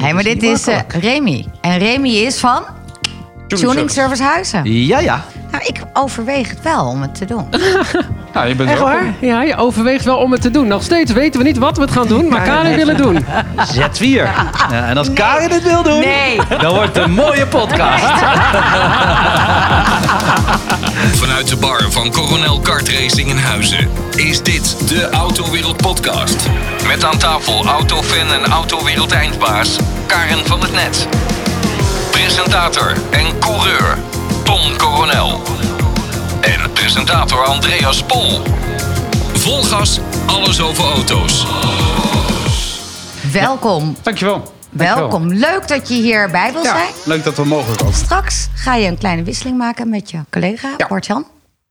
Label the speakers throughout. Speaker 1: Nee, maar
Speaker 2: is
Speaker 1: dit
Speaker 2: niet
Speaker 1: is eh,
Speaker 2: makkelijk.
Speaker 1: Remy. En Remy is van Tuning Service Huizen.
Speaker 2: Ja, ja.
Speaker 1: Nou, ik overweeg het wel om het te doen.
Speaker 3: Nou, je bent
Speaker 4: Echt
Speaker 3: welkom.
Speaker 4: waar? Ja, je overweegt wel om het te doen. Nog steeds weten we niet wat we het gaan doen, maar Karin wil het doen.
Speaker 2: Z4. Ja, en als Karin het wil doen,
Speaker 1: Nee.
Speaker 2: dan wordt het een mooie podcast.
Speaker 5: Vanuit de bar van Coronel Kart Racing in Huizen is dit de Autowereld Podcast. Met aan tafel autofan en autowereld eindbaas Karen van het Net. Presentator en coureur Tom Coronel. En presentator Andreas Pol. Vol gas, alles over auto's.
Speaker 1: Welkom.
Speaker 3: Dankjewel. Dankjewel.
Speaker 1: Welkom. Leuk dat je hierbij wil
Speaker 3: Ja,
Speaker 1: zijn.
Speaker 3: leuk dat we mogen komen.
Speaker 1: Straks ga je een kleine wisseling maken met je collega
Speaker 3: Ja.
Speaker 1: Bart-Jan.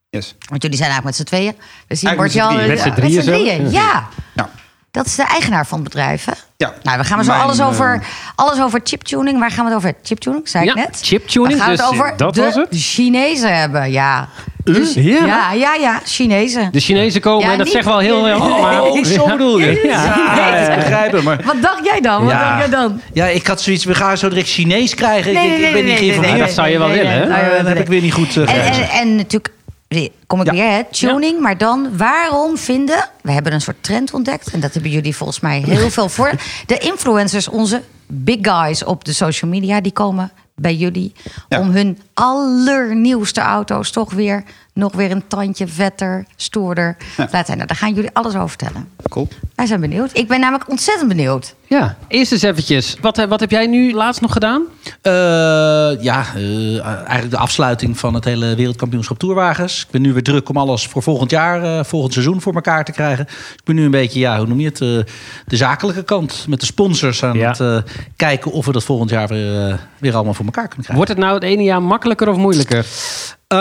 Speaker 3: Yes.
Speaker 1: Want jullie zijn eigenlijk met z'n tweeën. We zien
Speaker 3: Eigenlijk
Speaker 1: Bart-Jan
Speaker 3: met z'n
Speaker 1: eh,
Speaker 4: drieën.
Speaker 1: met z'n
Speaker 4: Met z'n
Speaker 1: drieën.
Speaker 4: drieën,
Speaker 1: Ja.
Speaker 3: Ja.
Speaker 1: Dat is de eigenaar van het bedrijf, hè?
Speaker 3: Ja.
Speaker 1: Nou, we gaan we zo
Speaker 3: Mijn,
Speaker 1: alles,
Speaker 3: eh,
Speaker 1: over, alles over chiptuning. Waar gaan we het over? Chiptuning, zei ik
Speaker 4: Ja,
Speaker 1: net.
Speaker 4: chiptuning,
Speaker 1: We gaan
Speaker 4: dus
Speaker 1: het over
Speaker 4: dat
Speaker 1: de
Speaker 4: was het.
Speaker 1: Chinezen hebben, ja.
Speaker 4: Ja.
Speaker 1: Ja, ja, ja, Chinezen.
Speaker 4: De Chinezen komen
Speaker 1: Ja,
Speaker 4: en dat
Speaker 1: niet-
Speaker 4: zegt wel heel veel. maar-
Speaker 2: Oh, zo bedoel je.
Speaker 4: Ja.
Speaker 2: Ja, ja, begrijpen, maar...
Speaker 1: Wat dacht jij dan? Wat dacht jij dan?
Speaker 2: ja, ik had zoiets, we gaan zo direct Chinees krijgen. Ik
Speaker 1: Nee,
Speaker 2: denk,
Speaker 1: nee,
Speaker 2: ik ben
Speaker 1: nee,
Speaker 2: niet
Speaker 1: nee, nee,
Speaker 2: geïnformeerd.
Speaker 1: nee,
Speaker 4: dat zou je
Speaker 1: nee,
Speaker 4: wel
Speaker 1: nee,
Speaker 4: willen,
Speaker 1: nee,
Speaker 4: hè?
Speaker 1: dat zou je
Speaker 2: Eh,
Speaker 1: wel
Speaker 2: Dan heb
Speaker 1: willen.
Speaker 2: ik weer niet goed eh,
Speaker 1: En,
Speaker 2: gelezen.
Speaker 1: en, en natuurlijk, kom ik
Speaker 2: Ja.
Speaker 1: weer, hè, tuning. Maar dan, waarom vinden... We hebben een soort trend ontdekt. En dat hebben jullie volgens mij heel veel voor. De influencers, onze big guys op de social media... die komen bij jullie
Speaker 3: Ja.
Speaker 1: om hun allernieuwste auto's... toch weer nog weer een tandje vetter, stoerder
Speaker 3: Ja.
Speaker 1: laten zijn. Nou, daar gaan jullie alles over vertellen.
Speaker 3: Cool.
Speaker 1: Wij zijn benieuwd. Ik ben namelijk ontzettend benieuwd.
Speaker 4: Ja, eerst eens eventjes. Wat, eh, wat heb jij nu laatst nog gedaan?
Speaker 2: Eh, ja, eh, eigenlijk de afsluiting van het hele wereldkampioenschap toerwagens. Ik ben nu weer druk om alles voor volgend jaar, eh, volgend seizoen voor elkaar te krijgen. Dus ik ben nu een beetje, ja, hoe noem je het, eh, de zakelijke kant met de sponsors aan
Speaker 4: Ja.
Speaker 2: het eh, kijken of we dat volgend jaar weer, eh, weer allemaal voor elkaar kunnen krijgen.
Speaker 4: Wordt het nou het ene jaar makkelijker of moeilijker?
Speaker 2: Eh,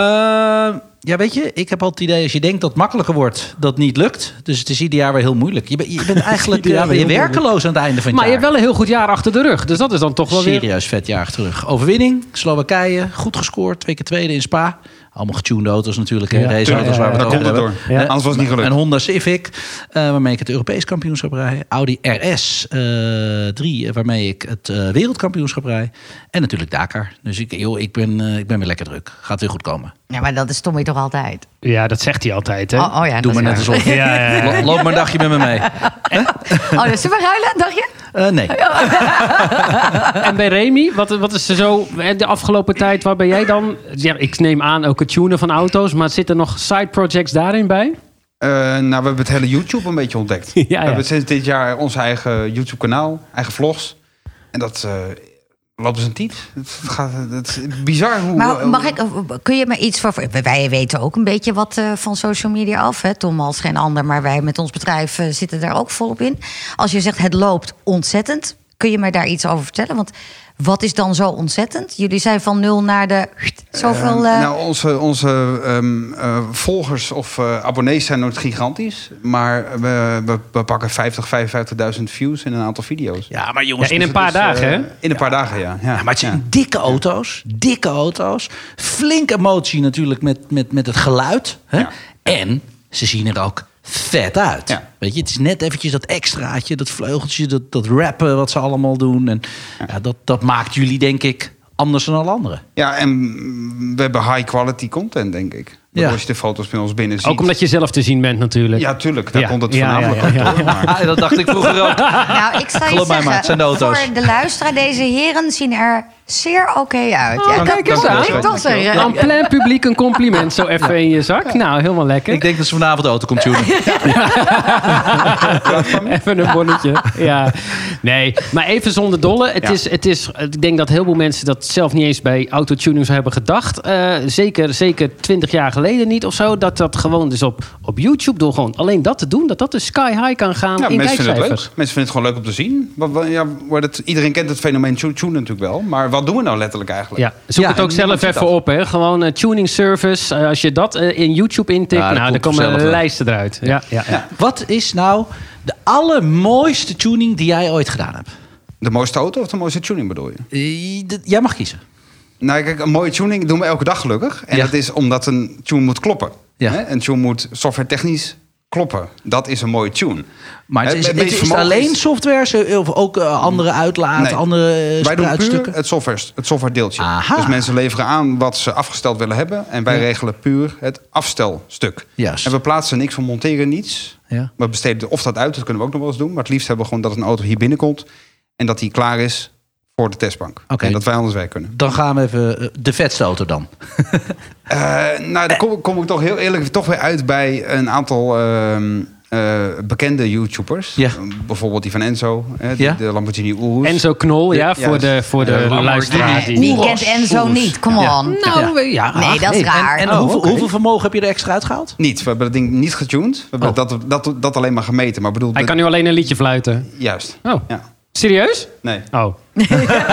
Speaker 2: ja, weet je, ik heb altijd het idee als je denkt dat het makkelijker wordt, dat niet lukt. Dus het is ieder jaar weer heel moeilijk. Je, bent- je bent eigenlijk
Speaker 4: Ieder jaar
Speaker 2: eh,
Speaker 4: weer
Speaker 2: ben je
Speaker 4: heel
Speaker 2: werkeloos aan het einde van het
Speaker 4: Maar je
Speaker 2: jaar.
Speaker 4: hebt wel een heel goed jaar achter de rug. Dus dat is dan toch wel weer...
Speaker 2: Serieus vet jaar terug. Overwinning, Slowakije, goed gescoord. Twee keer tweede in Spa. Allemaal getuned auto's natuurlijk. hè.
Speaker 4: Ja,
Speaker 2: Raceauto's waar
Speaker 3: tuurlijk.
Speaker 2: we het
Speaker 3: Daar
Speaker 2: over
Speaker 3: komt het
Speaker 2: hebben.
Speaker 3: door. Ja. Anders was het niet gelukt.
Speaker 2: Een Honda Civic, eh, waarmee ik het Europees kampioenschap rij. Audi RS 3, waarmee ik het eh, wereldkampioenschap rij. En natuurlijk Dakar. Dus ik, joh, ik, ben, eh, ik ben weer lekker druk. Gaat weer goed komen.
Speaker 1: Ja, maar dat is Tommy toch altijd?
Speaker 4: Ja, dat zegt hij altijd, hè?
Speaker 1: Oh, oh ja,
Speaker 2: Doe maar
Speaker 1: dat
Speaker 2: net
Speaker 1: is
Speaker 2: alsof.
Speaker 4: Ja, ja, ja.
Speaker 2: Lo- Loop maar een dagje met me mee.
Speaker 1: waar. Oh, dus we ruilen, dacht je?
Speaker 2: Eh, nee.
Speaker 4: En bij Remy, wat, wat is er zo eh, de afgelopen tijd? Waar ben jij dan? Ja, ik neem aan ook het tunen van auto's, maar zitten nog side projects daarin bij?
Speaker 3: Eh, nou, we hebben het hele YouTube een beetje ontdekt.
Speaker 4: Ja,
Speaker 3: We
Speaker 4: ja.
Speaker 3: hebben sinds dit jaar ons eigen YouTube-kanaal, eigen vlogs. En dat eh, loopt als een tiet. Het, gaat, het is bizar hoe...
Speaker 1: Maar mag ik, eh, kun je me iets voor. Wij weten ook een beetje wat eh, van social media af, hè? Tom als geen ander, maar wij met ons bedrijf eh, zitten daar ook volop in. Als je zegt het loopt ontzettend, kun je mij daar iets over vertellen? Want wat is dan zo ontzettend? Jullie zijn van nul naar de. Zoveel. eh,
Speaker 3: Nou, onze, onze ehm, eh, volgers of eh, abonnees zijn nooit gigantisch. Maar we, we, we pakken 50, 55.000 views in een aantal video's. Eh,
Speaker 2: Ja, maar
Speaker 4: Ja,
Speaker 2: jongens,
Speaker 4: in een paar dagen, hè?
Speaker 3: In een paar dagen, ja. ja.
Speaker 2: Ja, maar het zijn
Speaker 3: Ja.
Speaker 2: dikke auto's. Dikke auto's. Flink emotie natuurlijk met, met, met het geluid. Hè?
Speaker 3: Ja.
Speaker 2: En ze zien er ook vet uit.
Speaker 3: Ja.
Speaker 2: Weet je, het is net eventjes dat extraatje, dat vleugeltje, dat, dat rappen wat ze allemaal doen. En ja, dat, dat maakt jullie, denk ik, anders dan alle anderen.
Speaker 3: Ja, en mm, we hebben high quality content, denk ik.
Speaker 2: Ja.
Speaker 3: Als je de foto's bij ons binnen ziet.
Speaker 4: Ook omdat je zelf te zien bent natuurlijk.
Speaker 3: Ja, tuurlijk. Daar
Speaker 4: Ja.
Speaker 3: komt het
Speaker 4: Ja, ja,
Speaker 3: voornamelijk
Speaker 4: ja, ja.
Speaker 3: op door, maar-
Speaker 2: dat dacht ik vroeger ook.
Speaker 1: Nou, ik sta je
Speaker 2: Geloof mij
Speaker 1: zeggen,
Speaker 2: maar, het zijn de auto's.
Speaker 1: voor de luisteraar, deze heren zien er zeer oké uit.
Speaker 2: Oh,
Speaker 1: ja, dat
Speaker 4: kijk eens
Speaker 1: moet
Speaker 4: aan.
Speaker 1: ik toch zeggen.
Speaker 4: Aan plein publiek een compliment zo even in je zak. Nou, helemaal lekker.
Speaker 2: Ik denk dat ze vanavond de auto komt tunen.
Speaker 4: Even een bonnetje. Ja. Nee, maar even zonder dolle. Het
Speaker 3: Ja.
Speaker 4: is, het is, ik denk dat heel veel mensen dat zelf niet eens bij autotuning zou hebben gedacht. Eh, zeker, zeker 20 jaar geleden niet of zo. Dat dat gewoon dus op, op YouTube, door gewoon alleen dat te doen, dat dat dus sky high kan gaan
Speaker 3: Ja,
Speaker 4: in
Speaker 3: mensen vinden het leuk.
Speaker 4: kijkcijfers.
Speaker 3: Mensen vinden het gewoon leuk om te zien. Wat- wat- ja, wordt het, iedereen kent het fenomeen tune tune natuurlijk wel. Maar wat doen we nou letterlijk eigenlijk?
Speaker 4: Ja, zoek
Speaker 2: Ja,
Speaker 4: het
Speaker 2: en
Speaker 4: ook zelf
Speaker 3: niemand ziet
Speaker 4: even
Speaker 3: dat.
Speaker 4: op. Hè. Gewoon eh, tuning service. Eh, als je dat eh, in YouTube intikt,
Speaker 2: Ja, dat
Speaker 4: nou, dan
Speaker 2: komt
Speaker 4: komen
Speaker 2: vanzelf wel.
Speaker 4: lijsten eruit. Ja, ja, ja.
Speaker 2: Wat is nou de allermooiste tuning die jij ooit gedaan hebt?
Speaker 3: De mooiste auto of de mooiste tuning bedoel je?
Speaker 2: Eh, dat- Jij mag kiezen.
Speaker 3: Nou, kijk, een mooie tuning doen we elke dag gelukkig. En
Speaker 2: Ja.
Speaker 3: dat is omdat een tune moet kloppen.
Speaker 2: Ja.
Speaker 3: Hè? Een tune moet softwaretechnisch kloppen. Dat is een mooie tune.
Speaker 2: Maar het
Speaker 3: Hè,
Speaker 2: is,
Speaker 3: met
Speaker 2: het is
Speaker 3: meest
Speaker 2: het
Speaker 3: Eh, vermogen
Speaker 2: alleen
Speaker 3: is-
Speaker 2: software zo- of ook eh, andere uitlaat,
Speaker 3: Nee.
Speaker 2: andere eh,
Speaker 3: Wij doen puur
Speaker 2: spruitstukken?
Speaker 3: het software, het software deeltje.
Speaker 2: Aha.
Speaker 3: Dus mensen leveren aan wat ze afgesteld willen hebben. En wij regelen puur het afstelstuk.
Speaker 2: Juist.
Speaker 3: En we plaatsen niks, we monteren niets.
Speaker 2: Ja.
Speaker 3: We besteden of dat uit, dat kunnen we ook nog wel eens doen. Maar het liefst hebben we gewoon dat een auto hier binnenkomt. En dat die klaar is voor de testbank.
Speaker 2: Oké.
Speaker 3: En dat wij anders wij kunnen.
Speaker 2: Dan gaan we even eh, de vetste auto dan.
Speaker 3: Eh, nou, daar kom, kom ik toch heel eerlijk toch weer uit bij een aantal ehm, eh, bekende YouTubers.
Speaker 2: Ja.
Speaker 3: Bijvoorbeeld die van Enzo, hè, die-
Speaker 2: Ja.
Speaker 3: de Lamborghini Urus.
Speaker 4: Enzo Knol, ja,
Speaker 3: Ja,
Speaker 4: voor de,
Speaker 3: juist.
Speaker 4: voor de
Speaker 3: Eh, Lamborghini
Speaker 4: luisteraar. Die,
Speaker 1: Wie kent Enzo niet? Come on.
Speaker 2: Ja.
Speaker 4: Nou, eh, ja.
Speaker 1: Nee,
Speaker 4: ach,
Speaker 1: dat is raar.
Speaker 2: En
Speaker 4: Oh,
Speaker 2: hoeveel,
Speaker 4: oké.
Speaker 2: hoeveel vermogen heb je er extra uitgehaald?
Speaker 3: Niet, we hebben dat ding niet getuned. We hebben
Speaker 4: Oh.
Speaker 3: dat, dat, dat alleen maar gemeten. Maar bedoel,
Speaker 4: Hij
Speaker 3: dat-
Speaker 4: kan nu alleen een liedje fluiten.
Speaker 3: Juist.
Speaker 4: Oh,
Speaker 3: Ja.
Speaker 4: serieus?
Speaker 3: Nee.
Speaker 4: Oh.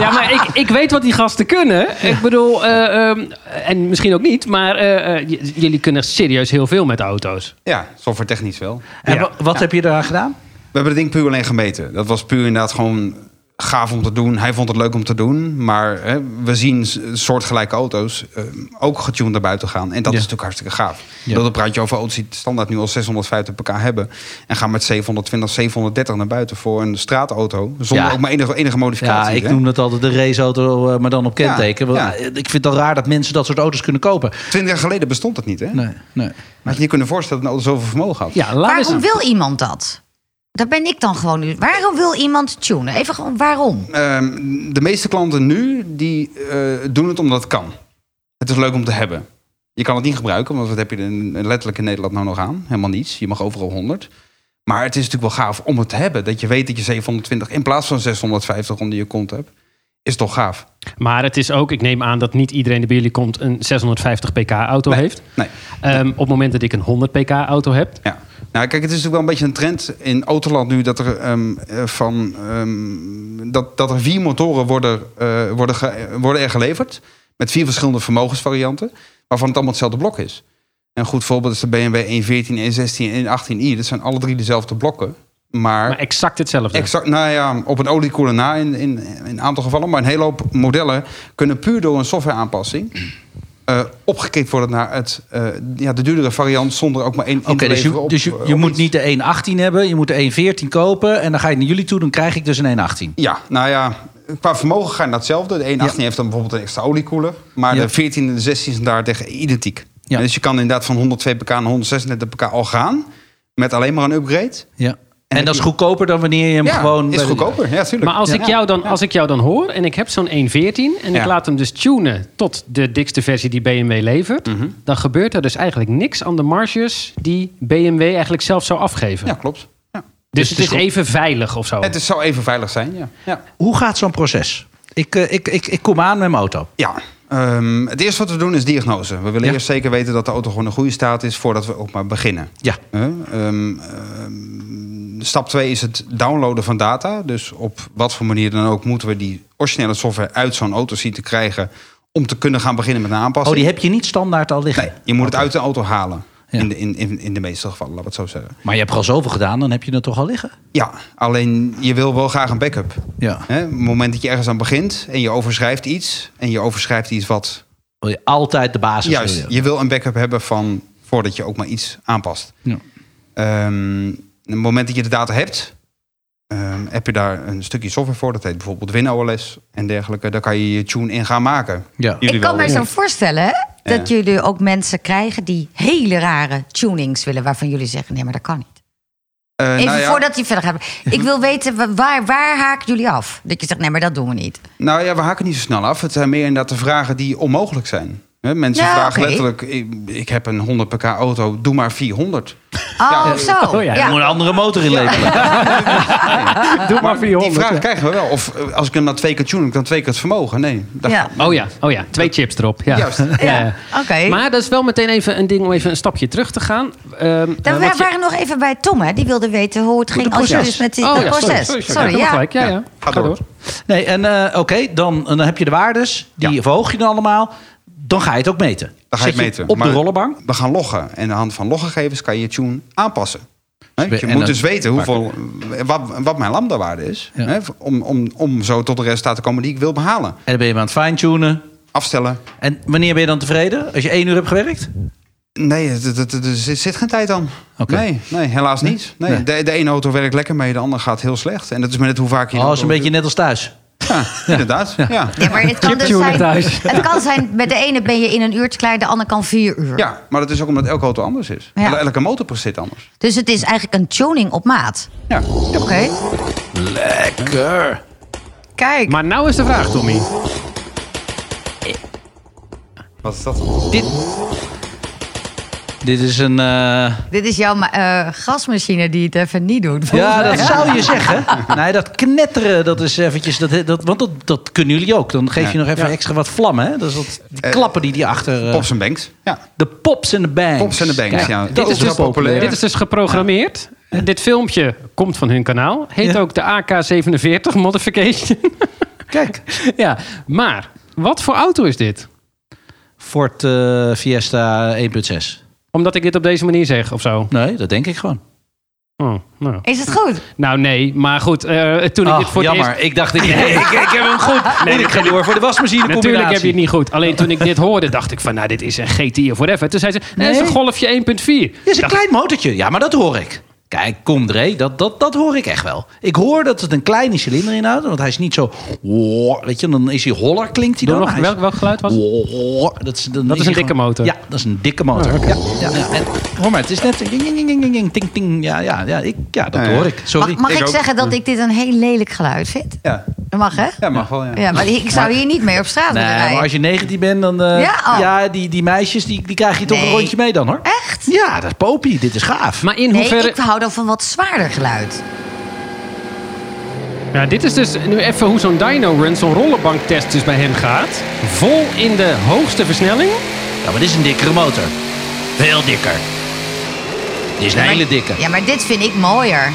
Speaker 4: ja, maar ik, ik weet wat die gasten kunnen. Ik bedoel, eh, ehm, en misschien ook niet, maar eh, eh, j- jullie kunnen serieus heel veel met auto's.
Speaker 3: Ja, software technisch wel.
Speaker 2: En
Speaker 4: Ja.
Speaker 2: wa- wat heb je eraan gedaan?
Speaker 3: We hebben het ding puur alleen gemeten. Dat was puur inderdaad gewoon gaaf om te doen. Hij vond het leuk om te doen. Maar hè, we zien s- soortgelijke auto's eh, ook getuned naar buiten gaan. En dat
Speaker 2: Ja.
Speaker 3: is natuurlijk hartstikke gaaf.
Speaker 2: Ja.
Speaker 3: Dat praat je over auto's die standaard nu al 650 pk hebben. En gaan met 720, 730 naar buiten voor een straatauto. Zonder
Speaker 2: Ja.
Speaker 3: ook maar enige, enige
Speaker 2: Ja,
Speaker 3: modificatie.
Speaker 2: ik noem dat altijd de raceauto, eh, maar dan op kenteken.
Speaker 3: Ja,
Speaker 2: Want,
Speaker 3: ja.
Speaker 2: eh, Ik vind het al raar dat mensen dat soort auto's kunnen kopen.
Speaker 3: 20 jaar geleden bestond dat niet, hè?
Speaker 2: Nee, nee.
Speaker 3: Had je je kunnen voorstellen dat een auto zoveel vermogen had?
Speaker 4: Ja, laat eens.
Speaker 1: Waarom wil iemand dat? Dat ben ik dan gewoon nu. Waarom wil iemand tunen? Even gewoon, waarom?
Speaker 3: Ehm, de meeste klanten nu, die eh, doen het omdat het kan. Het is leuk om te hebben. Je kan het niet gebruiken, want wat heb je er in- letterlijk in Nederland nou nog aan? Helemaal niets. Je mag overal 100. Maar het is natuurlijk wel gaaf om het te hebben. Dat je weet dat je 720 in plaats van 650 onder je kont hebt. Is toch gaaf?
Speaker 4: Maar het is ook, ik neem aan dat niet iedereen die bij jullie komt een 650 pk auto heeft.
Speaker 3: Nee.
Speaker 4: Ehm, op het moment dat ik een 100 pk auto heb.
Speaker 3: Ja. Nou, kijk, het is natuurlijk wel een beetje een trend in Autoland nu dat er ehm, eh, van ehm, dat, dat er vier motoren worden, eh, worden, ge- worden er geleverd met vier verschillende vermogensvarianten, waarvan het allemaal hetzelfde blok is. Een goed voorbeeld is de BMW 114, 116 en 18i. Dat zijn alle drie dezelfde blokken, maar,
Speaker 4: Maar exact hetzelfde.
Speaker 3: exact, nou ja, op een oliekoeler na in, in, in een aantal gevallen, maar een hele hoop modellen kunnen puur door een softwareaanpassing eh opgekikt worden naar het, eh, ja, de duurdere variant zonder ook maar één
Speaker 2: Oké,
Speaker 3: in te
Speaker 2: dus je,
Speaker 3: leveren op- eh,
Speaker 2: dus je, je
Speaker 3: op
Speaker 2: moet
Speaker 3: iets.
Speaker 2: niet de 1.18 hebben, je moet de 1.14 kopen. En dan ga je naar jullie toe, dan krijg ik dus een 1.18.
Speaker 3: Ja, nou ja, qua vermogen gaan naar hetzelfde. De 118 heeft dan bijvoorbeeld een extra oliekoeler. Maar
Speaker 2: Ja.
Speaker 3: de 14 en de 16 zijn daar tegen identiek.
Speaker 2: Ja.
Speaker 3: Dus je kan inderdaad van 102 pk naar 136 pk al gaan. Met alleen maar een upgrade.
Speaker 2: Ja. En,
Speaker 3: En
Speaker 2: dat is goedkoper dan wanneer je hem
Speaker 3: ja,
Speaker 2: gewoon...
Speaker 3: is
Speaker 2: bij de-
Speaker 3: goedkoper. Ja, tuurlijk.
Speaker 4: Maar als, ik
Speaker 3: Ja.
Speaker 4: jou dan, als ik jou dan hoor en ik heb zo'n 1.14 en ik
Speaker 3: Ja.
Speaker 4: laat hem dus tunen tot de dikste versie die BMW levert,
Speaker 3: Mhm.
Speaker 4: dan gebeurt er dus eigenlijk niks aan de marges die BMW eigenlijk zelf zou afgeven.
Speaker 3: Ja, klopt. Ja.
Speaker 4: Dus, het is even veilig of zo.
Speaker 3: Het is, zou even veilig zijn, ja. ja.
Speaker 2: Hoe gaat zo'n proces? Ik, eh, ik, ik, ik kom aan met mijn auto.
Speaker 3: Ja, ehm, het eerste wat we doen is diagnose. We willen
Speaker 2: Ja.
Speaker 3: eerst zeker weten dat de auto gewoon in goede staat is voordat we ook maar beginnen.
Speaker 2: Ja.
Speaker 3: Hè? Ehm, ehm, stap 2 is het downloaden van data. Dus op wat voor manier dan ook moeten we die originele software uit zo'n auto zien te krijgen om te kunnen gaan beginnen met een
Speaker 2: Oh,
Speaker 3: aanpassing.
Speaker 2: die heb je niet standaard al liggen.
Speaker 3: Nee, je moet het uit de auto halen.
Speaker 2: Ja.
Speaker 3: In, de, in, in, in de meeste gevallen, laat we het zo zeggen.
Speaker 2: Maar je hebt al zoveel gedaan, dan heb je het toch al liggen.
Speaker 3: Ja, alleen je wil wel graag een backup.
Speaker 2: Ja.
Speaker 3: Hè? Op het moment dat je ergens aan begint en je overschrijft iets... en je overschrijft iets wat
Speaker 2: Wil je altijd de basis
Speaker 3: Juist,
Speaker 2: wil je.
Speaker 3: je wil een backup hebben van voordat je ook maar iets aanpast.
Speaker 2: Ja.
Speaker 3: Ehm, op het moment dat je de data hebt, ehm, heb je daar een stukje software voor. Dat heet bijvoorbeeld WinOLS en dergelijke. Daar kan je je tune in gaan maken.
Speaker 2: Ja.
Speaker 3: Jullie
Speaker 1: ik kan
Speaker 3: wel,
Speaker 1: mij zo voorstellen hè, dat jullie ook mensen krijgen die hele rare tunings willen, waarvan jullie zeggen: nee, maar dat kan niet.
Speaker 3: Eh, nou
Speaker 1: Even
Speaker 3: ja,
Speaker 1: voordat die verder gaat. Ik wil weten wa- waar, waar haken jullie af? Dat je zegt: nee, maar dat doen we niet.
Speaker 3: Nou ja, we haken niet zo snel af. Het zijn meer inderdaad de vragen die onmogelijk zijn. Hè, Mensen
Speaker 1: Ja,
Speaker 3: vragen
Speaker 1: oké.
Speaker 3: letterlijk, ik, ik heb een 100 pk auto, doe maar 400.
Speaker 1: Oh,
Speaker 3: Ja.
Speaker 1: zo.
Speaker 4: Oh, ja,
Speaker 2: Je moet een andere motor inleveren.
Speaker 4: Doe maar
Speaker 3: Ah, Die
Speaker 4: 400.
Speaker 3: vragen krijgen we wel. Of eh, als ik hem dan twee keer tune, heb ik dan twee keer het vermogen. Nee, dat
Speaker 1: Ja.
Speaker 4: Oh ja, oh ja, twee chips erop. Ja.
Speaker 3: Juist.
Speaker 4: Ja.
Speaker 1: Oké.
Speaker 4: Maar dat is wel meteen even een ding om even een stapje terug te gaan. Ehm, eh,
Speaker 1: Dan we
Speaker 4: want je-
Speaker 1: waren nog even bij Tom, hè? Die wilde weten hoe het ging als je
Speaker 3: proces.
Speaker 1: dus met die
Speaker 4: Oh
Speaker 1: dat
Speaker 4: ja, sorry,
Speaker 1: proces.
Speaker 4: sorry, sorry. Ja,
Speaker 1: ja.
Speaker 4: helemaal gelijk. Ja, ja.
Speaker 3: Ga door.
Speaker 2: Nee, en eh, oké, dan, dan heb je de waardes. Die
Speaker 3: Ja.
Speaker 2: verhoog je dan allemaal. Dan ga je het ook meten.
Speaker 3: Dan ga je
Speaker 2: Zet
Speaker 3: het meten.
Speaker 2: op de
Speaker 3: Maar
Speaker 2: rollenbank.
Speaker 3: We gaan loggen. En aan de hand van loggegevens kan je je tune aanpassen. Hè,
Speaker 2: we-
Speaker 3: je
Speaker 2: en
Speaker 3: moet
Speaker 2: dan-
Speaker 3: dus weten hoeveel, wat, wat mijn lambda-waarde is.
Speaker 2: Ja.
Speaker 3: hè, om, om, om zo tot de resultaat te komen die ik wil behalen.
Speaker 2: En dan ben je hem aan het fine-tunen.
Speaker 3: Afstellen.
Speaker 2: En wanneer ben je dan tevreden? Als je één uur hebt gewerkt?
Speaker 3: Nee, het- het- het- het- er zit zit geen tijd aan.
Speaker 2: Oké.
Speaker 3: Nee, nee, helaas niet. Nee,
Speaker 2: Nee.
Speaker 3: De, de ene auto werkt lekker mee, de andere gaat heel slecht. En dat is maar net hoe vaak je...
Speaker 2: Oh, is een
Speaker 3: auto-
Speaker 2: beetje net als thuis.
Speaker 3: Ja, inderdaad. Ja. Ja.
Speaker 1: Ja, maar het kan dus
Speaker 4: Chiptune
Speaker 1: zijn,
Speaker 4: thuis.
Speaker 1: het kan zijn, met de ene ben je in een uurtje klaar, de ander kan vier uur.
Speaker 3: maar dat is ook omdat elke auto anders is.
Speaker 1: Ja.
Speaker 3: Elke motor precies anders.
Speaker 1: Dus het is eigenlijk een tuning op maat.
Speaker 3: Ja.
Speaker 1: Oké.
Speaker 2: Lekker.
Speaker 1: Kijk.
Speaker 4: Maar nou is de vraag, Tommy.
Speaker 3: Wat is dat dan?
Speaker 4: Dit,
Speaker 2: Dit is een... eh,
Speaker 1: Dit is jouw ma- eh, gasmachine die het even niet doet.
Speaker 2: Ja, dat zou je zeggen. Nee, dat knetteren, dat is eventjes... Dat, dat, want dat, dat kunnen jullie ook. Dan geef je
Speaker 3: Ja.
Speaker 2: nog even extra wat vlammen. Hè? Dat is dat, die klappen die die achter... eh,
Speaker 3: Pops en Banks. Ja.
Speaker 2: De pops en de bangs.
Speaker 3: Pops en de Banks,
Speaker 2: Kijk,
Speaker 3: ja.
Speaker 2: dit
Speaker 3: Dat
Speaker 2: is
Speaker 3: is wel
Speaker 2: dus populair.
Speaker 3: populair.
Speaker 4: dit is dus geprogrammeerd. Dit filmpje komt van hun kanaal. Heet
Speaker 2: Ja.
Speaker 4: ook de AK-47 Modification.
Speaker 2: Kijk,
Speaker 4: ja, maar wat voor auto is dit?
Speaker 2: Ford eh, Fiesta 1.6.
Speaker 4: Omdat ik dit op deze manier zeg of zo.
Speaker 2: Nee, dat denk ik gewoon.
Speaker 4: Oh, nou.
Speaker 1: Is het goed?
Speaker 4: nou, nee, maar goed. eh, toen ik
Speaker 2: Ah,
Speaker 4: dit voor het
Speaker 2: jammer,
Speaker 4: eerst-
Speaker 2: ik dacht, ik, ik, ik heb hem goed. Nee, ik ga door voor de wasmachine
Speaker 4: Natuurlijk heb je het
Speaker 2: combinatie.
Speaker 4: niet goed. Alleen toen ik dit hoorde, dacht ik van, nou, dit is een GTI of whatever. Toen zei ze, nee, is een
Speaker 2: Nee.
Speaker 4: golfje 1.4.
Speaker 2: Dit is een
Speaker 4: Dacht-
Speaker 2: klein motortje. Ja, maar dat hoor ik. Kijk, kom Dre, dat, dat, dat hoor ik echt wel. Ik hoor dat het een kleine cilinder inhoudt, want hij is niet zo... Weet je, dan is hij holler, klinkt hij
Speaker 4: Doe
Speaker 2: dan.
Speaker 4: nog,
Speaker 2: Hij is-
Speaker 4: welk, welk geluid was het?
Speaker 2: Dat is, dan
Speaker 4: Dat is
Speaker 2: hij
Speaker 4: een dikke
Speaker 2: gewoon-
Speaker 4: motor.
Speaker 2: Ja, dat is een dikke motor.
Speaker 3: Ah,
Speaker 2: ja, ja, ja. En, hoor maar, het is net... ding, ding, ding, ding, ding, ding, ting, ting. Ja, ja, ja, ik, ja dat
Speaker 3: Ja, ja.
Speaker 2: hoor ik. Sorry.
Speaker 1: Mag, mag
Speaker 3: Ik
Speaker 1: ik,
Speaker 3: ook.
Speaker 1: zeggen dat ik dit een heel lelijk geluid vind?
Speaker 3: Ja.
Speaker 1: Dat mag, hè?
Speaker 3: ja, eh, mag wel. Ja.
Speaker 1: Ja, maar ik zou hier niet mee op straat willen
Speaker 2: Nee,
Speaker 1: rijden.
Speaker 2: maar als je 19 bent, dan... eh,
Speaker 1: Ja,
Speaker 2: ja,
Speaker 1: oh.
Speaker 2: die, die meisjes, die, die krijg je toch
Speaker 1: Nee.
Speaker 2: een rondje mee dan, hoor.
Speaker 1: Echt?
Speaker 2: Ja, dat is popie. Dit is gaaf.
Speaker 4: Maar in
Speaker 1: Nee,
Speaker 4: hoeverre...
Speaker 1: ik hou dan van wat zwaarder geluid.
Speaker 4: Ja, dit is dus nu even hoe zo'n dyno run, zo'n rollenbanktest dus bij hem gaat. Vol in de hoogste versnelling.
Speaker 2: Ja, maar dit is een dikkere motor. Veel dikker. Dit is een hele dikke.
Speaker 1: Ja, maar dit vind ik mooier.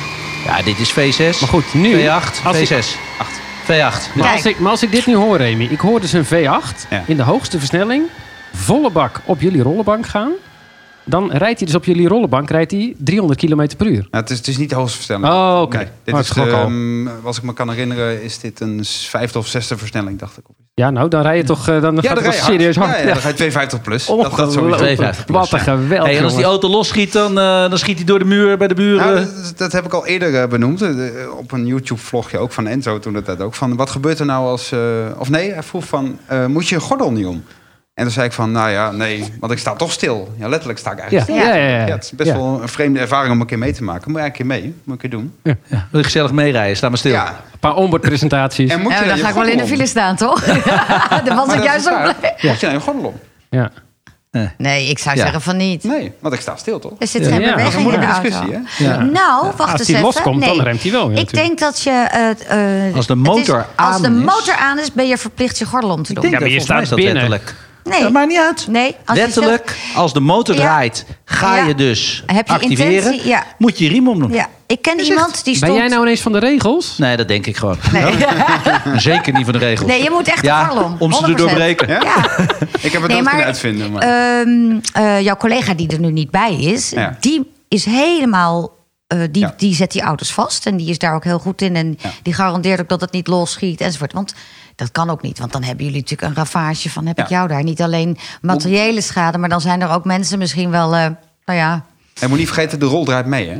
Speaker 2: Ja, dit is V6.
Speaker 4: Maar goed, nu-
Speaker 2: V8,
Speaker 4: als ik-
Speaker 2: V6. V8.
Speaker 4: Maar
Speaker 1: Kijk.
Speaker 4: als, ik, maar als ik dit nu hoor, Remy. Ik hoor dus een V8
Speaker 3: Ja.
Speaker 4: in de hoogste versnelling. Volle bak op jullie rollenbank gaan. Dan rijdt hij dus op jullie rollenbank rijdt hij 300 km per uur.
Speaker 3: Nou, het, is, het is niet de hoogste versnelling.
Speaker 4: Oh, oké.
Speaker 3: Nee, dit
Speaker 4: Oh, ik
Speaker 3: is,
Speaker 4: schrok al.
Speaker 3: ehm, als ik me kan herinneren, is dit een s- vijfde of zesde versnelling, dacht ik.
Speaker 4: Ja, nou, dan rij je toch, eh, dan gaat
Speaker 3: dan
Speaker 4: het
Speaker 3: ga
Speaker 4: toch
Speaker 3: je
Speaker 4: serieus hard.
Speaker 3: Ja, ja,
Speaker 4: Ja. Oh,
Speaker 3: dan ga je 250 plus. Dat, dat sowieso.
Speaker 4: Ongelooflijk.
Speaker 2: 52 plus,
Speaker 4: Wat een geweld,
Speaker 2: Hey, en als die
Speaker 4: jongens.
Speaker 2: auto losschiet, dan, eh, dan schiet hij door de muur bij de buren.
Speaker 3: Nou, dat, dat heb ik al eerder eh, benoemd. eh, eh, op een YouTube-vlogje ook van Enzo toen dat, dat ook. Van wat gebeurt er nou als. eh, of nee, hij vroeg van. eh, moet je je gordel niet om? En toen zei ik van. Nou ja, nee, want ik sta toch stil. Ja, letterlijk sta ik
Speaker 4: Ja,
Speaker 3: eigenlijk
Speaker 4: ja, ja. ja,
Speaker 3: stil. Ja, het is best
Speaker 4: Ja.
Speaker 3: wel een vreemde ervaring om een keer mee te maken. Moet je eigenlijk een keer mee? Moet ik een keer doen?
Speaker 2: Ja, wil je gezellig meerijden? Sta maar stil.
Speaker 3: Ja.
Speaker 4: Een paar onboardpresentaties.
Speaker 3: En moet je
Speaker 1: Ja, dan
Speaker 3: je
Speaker 1: ga ik wel in de
Speaker 3: gordel om?
Speaker 1: file staan, toch? Ja, dan was ik
Speaker 3: Maar dat is
Speaker 1: juist zo
Speaker 3: waar.
Speaker 1: blij.
Speaker 3: Moet je nou je gordel om?
Speaker 4: Ja.
Speaker 1: Nee, ik zou
Speaker 2: Ja.
Speaker 1: zeggen van niet.
Speaker 3: Nee, want ik sta stil toch?
Speaker 1: Er zit
Speaker 4: Ja.
Speaker 1: geen
Speaker 4: Ja, dat is een
Speaker 1: beweging in de
Speaker 3: moeilijke
Speaker 1: auto.
Speaker 3: discussie, hè?
Speaker 2: Ja.
Speaker 1: Nou, wacht
Speaker 4: Als
Speaker 1: eens
Speaker 4: die
Speaker 1: even.
Speaker 4: loskomt, dan remt hij wel, ja,
Speaker 1: ik
Speaker 4: natuurlijk.
Speaker 1: denk dat je... eh, eh,
Speaker 2: Als de
Speaker 1: het
Speaker 2: motor
Speaker 1: is- Als
Speaker 2: aan
Speaker 1: de
Speaker 2: is-
Speaker 1: motor aan is, ben je verplicht je gordel om te doen.
Speaker 2: Ik denk dat
Speaker 4: Ja, maar je
Speaker 2: volgens mij is
Speaker 4: staat
Speaker 2: dat
Speaker 4: binnen.
Speaker 2: wettelijk.
Speaker 1: Nee.
Speaker 2: Dat maakt niet uit.
Speaker 1: Nee, als je
Speaker 2: wettelijk, als de motor
Speaker 1: Ja.
Speaker 2: draait, ga
Speaker 1: Ja.
Speaker 2: je dus
Speaker 1: Heb je
Speaker 2: activeren.
Speaker 1: intentie? Ja.
Speaker 2: Moet je je riem omdoen.
Speaker 1: Ja, ik ken iemand die stond...
Speaker 4: Ben jij nou ineens van de regels?
Speaker 2: Nee, dat denk ik gewoon.
Speaker 1: Nee.
Speaker 2: Zeker niet van de regels.
Speaker 1: Nee, je moet echt
Speaker 2: Ja,
Speaker 1: de gordel om.
Speaker 2: om ze te
Speaker 1: 100%.
Speaker 2: doorbreken.
Speaker 1: Ja.
Speaker 3: Ik heb het
Speaker 1: Nee,
Speaker 3: nooit
Speaker 1: maar,
Speaker 3: kunnen uitvinden. Maar.
Speaker 1: ehm, eh, jouw collega die er nu niet bij is,
Speaker 3: Ja.
Speaker 1: die is helemaal. eh, die,
Speaker 3: Ja.
Speaker 1: die zet die auto's vast en die is daar ook heel goed in. En die garandeert ook dat het niet losschiet enzovoort. Want dat kan ook niet, want dan hebben jullie natuurlijk een ravage van heb
Speaker 3: Ja.
Speaker 1: ik jou daar. Niet alleen materiële schade, maar dan zijn er ook mensen misschien wel. eh, nou ja,
Speaker 3: En moet niet vergeten, de rol draait mee, hè?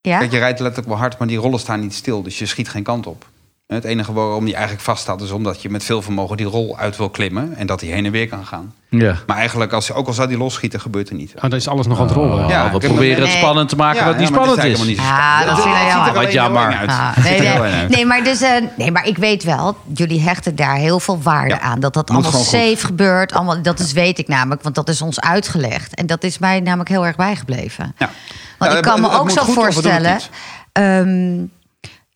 Speaker 1: ja.
Speaker 3: Kijk, je rijdt letterlijk wel hard, maar die rollen staan niet stil. Dus je schiet geen kant op. Het enige waarom die eigenlijk vast staat, is omdat je met veel vermogen die rol uit wil klimmen. En dat die heen en weer kan gaan.
Speaker 2: Ja.
Speaker 3: Maar eigenlijk, als, ook al zou die losschieten, gebeurt er niet.
Speaker 4: Oh, dan is alles nog aan het rollen.
Speaker 3: Ja,
Speaker 2: we
Speaker 3: ik heb-
Speaker 2: proberen het
Speaker 1: Nee.
Speaker 2: spannend te maken wat niet spannend is.
Speaker 1: Ja, Ah, dat vind ik heel
Speaker 2: Wat jammer.
Speaker 1: Ah, nee, nee, nee, maar dus, eh, nee, maar ik weet wel, jullie hechten daar heel veel waarde
Speaker 3: Ja,
Speaker 1: aan. Dat dat
Speaker 3: moet
Speaker 1: allemaal
Speaker 3: gewoon
Speaker 1: safe gebeurt. Allemaal, dat is, weet ik namelijk, want dat is ons uitgelegd. En dat is mij namelijk heel erg bijgebleven.
Speaker 3: Ja.
Speaker 1: Want
Speaker 3: Ja,
Speaker 1: ik
Speaker 3: het-
Speaker 1: kan me
Speaker 3: het- het
Speaker 1: ook
Speaker 3: moet
Speaker 1: zo
Speaker 3: goed of we doen het
Speaker 1: voorstellen.
Speaker 3: niet.
Speaker 1: ehm,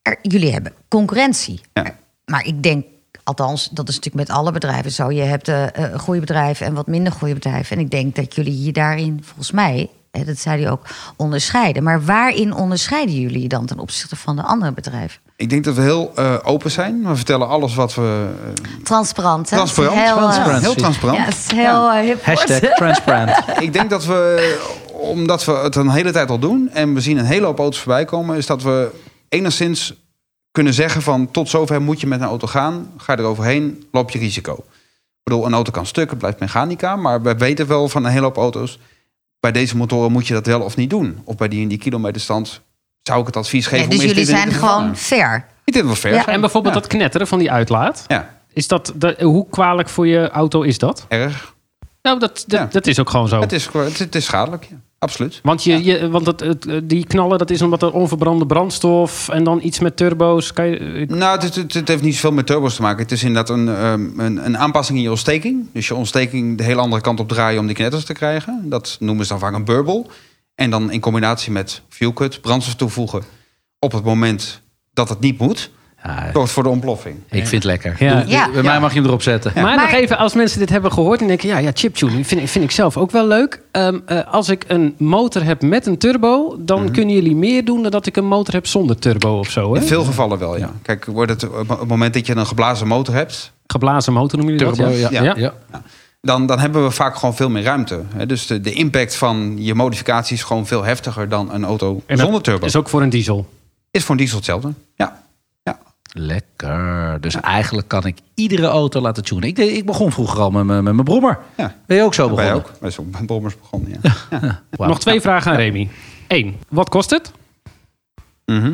Speaker 1: er- jullie hebben concurrentie.
Speaker 3: Ja.
Speaker 1: Er- Maar ik denk, althans, dat is natuurlijk met alle bedrijven zo. Je hebt eh, eh, goede bedrijven en wat minder goede bedrijven. En ik denk dat jullie je daarin, volgens mij, hè, dat zei hij ook, onderscheiden. Maar waarin onderscheiden jullie je dan ten opzichte van de andere bedrijven?
Speaker 3: Ik denk dat we heel eh, open zijn. We vertellen alles wat we... eh,
Speaker 1: Transparant, hè?
Speaker 3: transparant.
Speaker 1: Het is heel, eh,
Speaker 3: Ja, heel
Speaker 1: Ja,
Speaker 3: transparant.
Speaker 1: het is heel eh, hip.
Speaker 2: Hashtag transparant.
Speaker 3: Ik denk dat we, omdat we het een hele tijd al doen... en we zien een hele hoop auto's voorbij komen... is dat we enigszins kunnen zeggen van... tot zover moet je met een auto gaan. Ga er overheen, loop je risico. Ik bedoel, een auto kan stuk, het blijft mechanica... maar we weten wel van een hele hoop auto's... bij deze motoren moet je dat wel of niet doen. Of bij die en die kilometerstand zou ik het advies
Speaker 1: Nee,
Speaker 3: geven.
Speaker 1: dus
Speaker 3: om eerst
Speaker 1: jullie
Speaker 3: dit en
Speaker 1: zijn
Speaker 3: dit te
Speaker 1: gewoon
Speaker 3: vervangen.
Speaker 1: fair.
Speaker 3: Niet helemaal ver.
Speaker 1: Ja.
Speaker 3: zijn.
Speaker 4: En bijvoorbeeld
Speaker 3: Ja.
Speaker 4: dat knetteren van die uitlaat.
Speaker 3: Ja,
Speaker 4: Is dat, dat- hoe kwalijk voor je auto is dat?
Speaker 3: erg.
Speaker 4: Nou, dat, dat,
Speaker 3: Ja.
Speaker 4: dat is ook gewoon zo.
Speaker 3: Het, is, het, het is schadelijk, ja. absoluut.
Speaker 4: Want, je, je, want dat, het- eh, die knallen, dat is omdat er onverbrande brandstof en dan iets met turbo's. Kan je, eh,
Speaker 3: Nou, het, het, het heeft niet zoveel met turbo's te maken. Het is inderdaad een, ehm, een, een aanpassing in je ontsteking. Dus je ontsteking de hele andere kant op draaien om die knetters te krijgen. Dat noemen ze dan vaak een burble. En dan in combinatie met fuel cut, brandstof toevoegen. Op het moment dat het niet moet,
Speaker 2: Ja,
Speaker 3: zorgt voor de ontploffing.
Speaker 2: ik vind het lekker.
Speaker 4: Ja.
Speaker 2: Doe- doe-
Speaker 1: Ja.
Speaker 2: Bij mij mag je hem erop zetten.
Speaker 4: Maar,
Speaker 1: Maar-
Speaker 4: nog even, als mensen dit hebben gehoord en denken... ja, ja chiptune vind, ik- vind ik zelf ook wel leuk. Ehm, eh, als ik een motor heb met een turbo... dan
Speaker 3: Mhm.
Speaker 4: kunnen jullie meer doen dan dat ik een motor heb zonder turbo of zo. Hè?
Speaker 3: In veel gevallen wel, ja. Kijk, wordt het, op het moment dat je een geblazen motor hebt...
Speaker 4: Geblazen motor noemen jullie
Speaker 2: Turbo,
Speaker 4: dat?
Speaker 2: ja. Ja.
Speaker 4: Ja.
Speaker 3: Dan, dan hebben we vaak gewoon veel meer ruimte. hè. Dus de, de impact van je modificatie is gewoon veel heftiger dan een auto
Speaker 4: En dat
Speaker 3: zonder turbo.
Speaker 4: is ook voor een diesel.
Speaker 3: Is voor een diesel hetzelfde. Ja. ja.
Speaker 2: Lekker. Dus eigenlijk kan ik iedere auto laten tunen. Ik, deed- ik begon vroeger al met, mijn- met mijn brommer.
Speaker 3: Ja.
Speaker 2: Ben je ook zo begonnen?
Speaker 3: Wij ook. Wij zijn ook met brommers begonnen, ja. ja.
Speaker 2: Wauw.
Speaker 4: Nog twee vragen aan Remy. Eén, wat kost het?
Speaker 3: Mhm.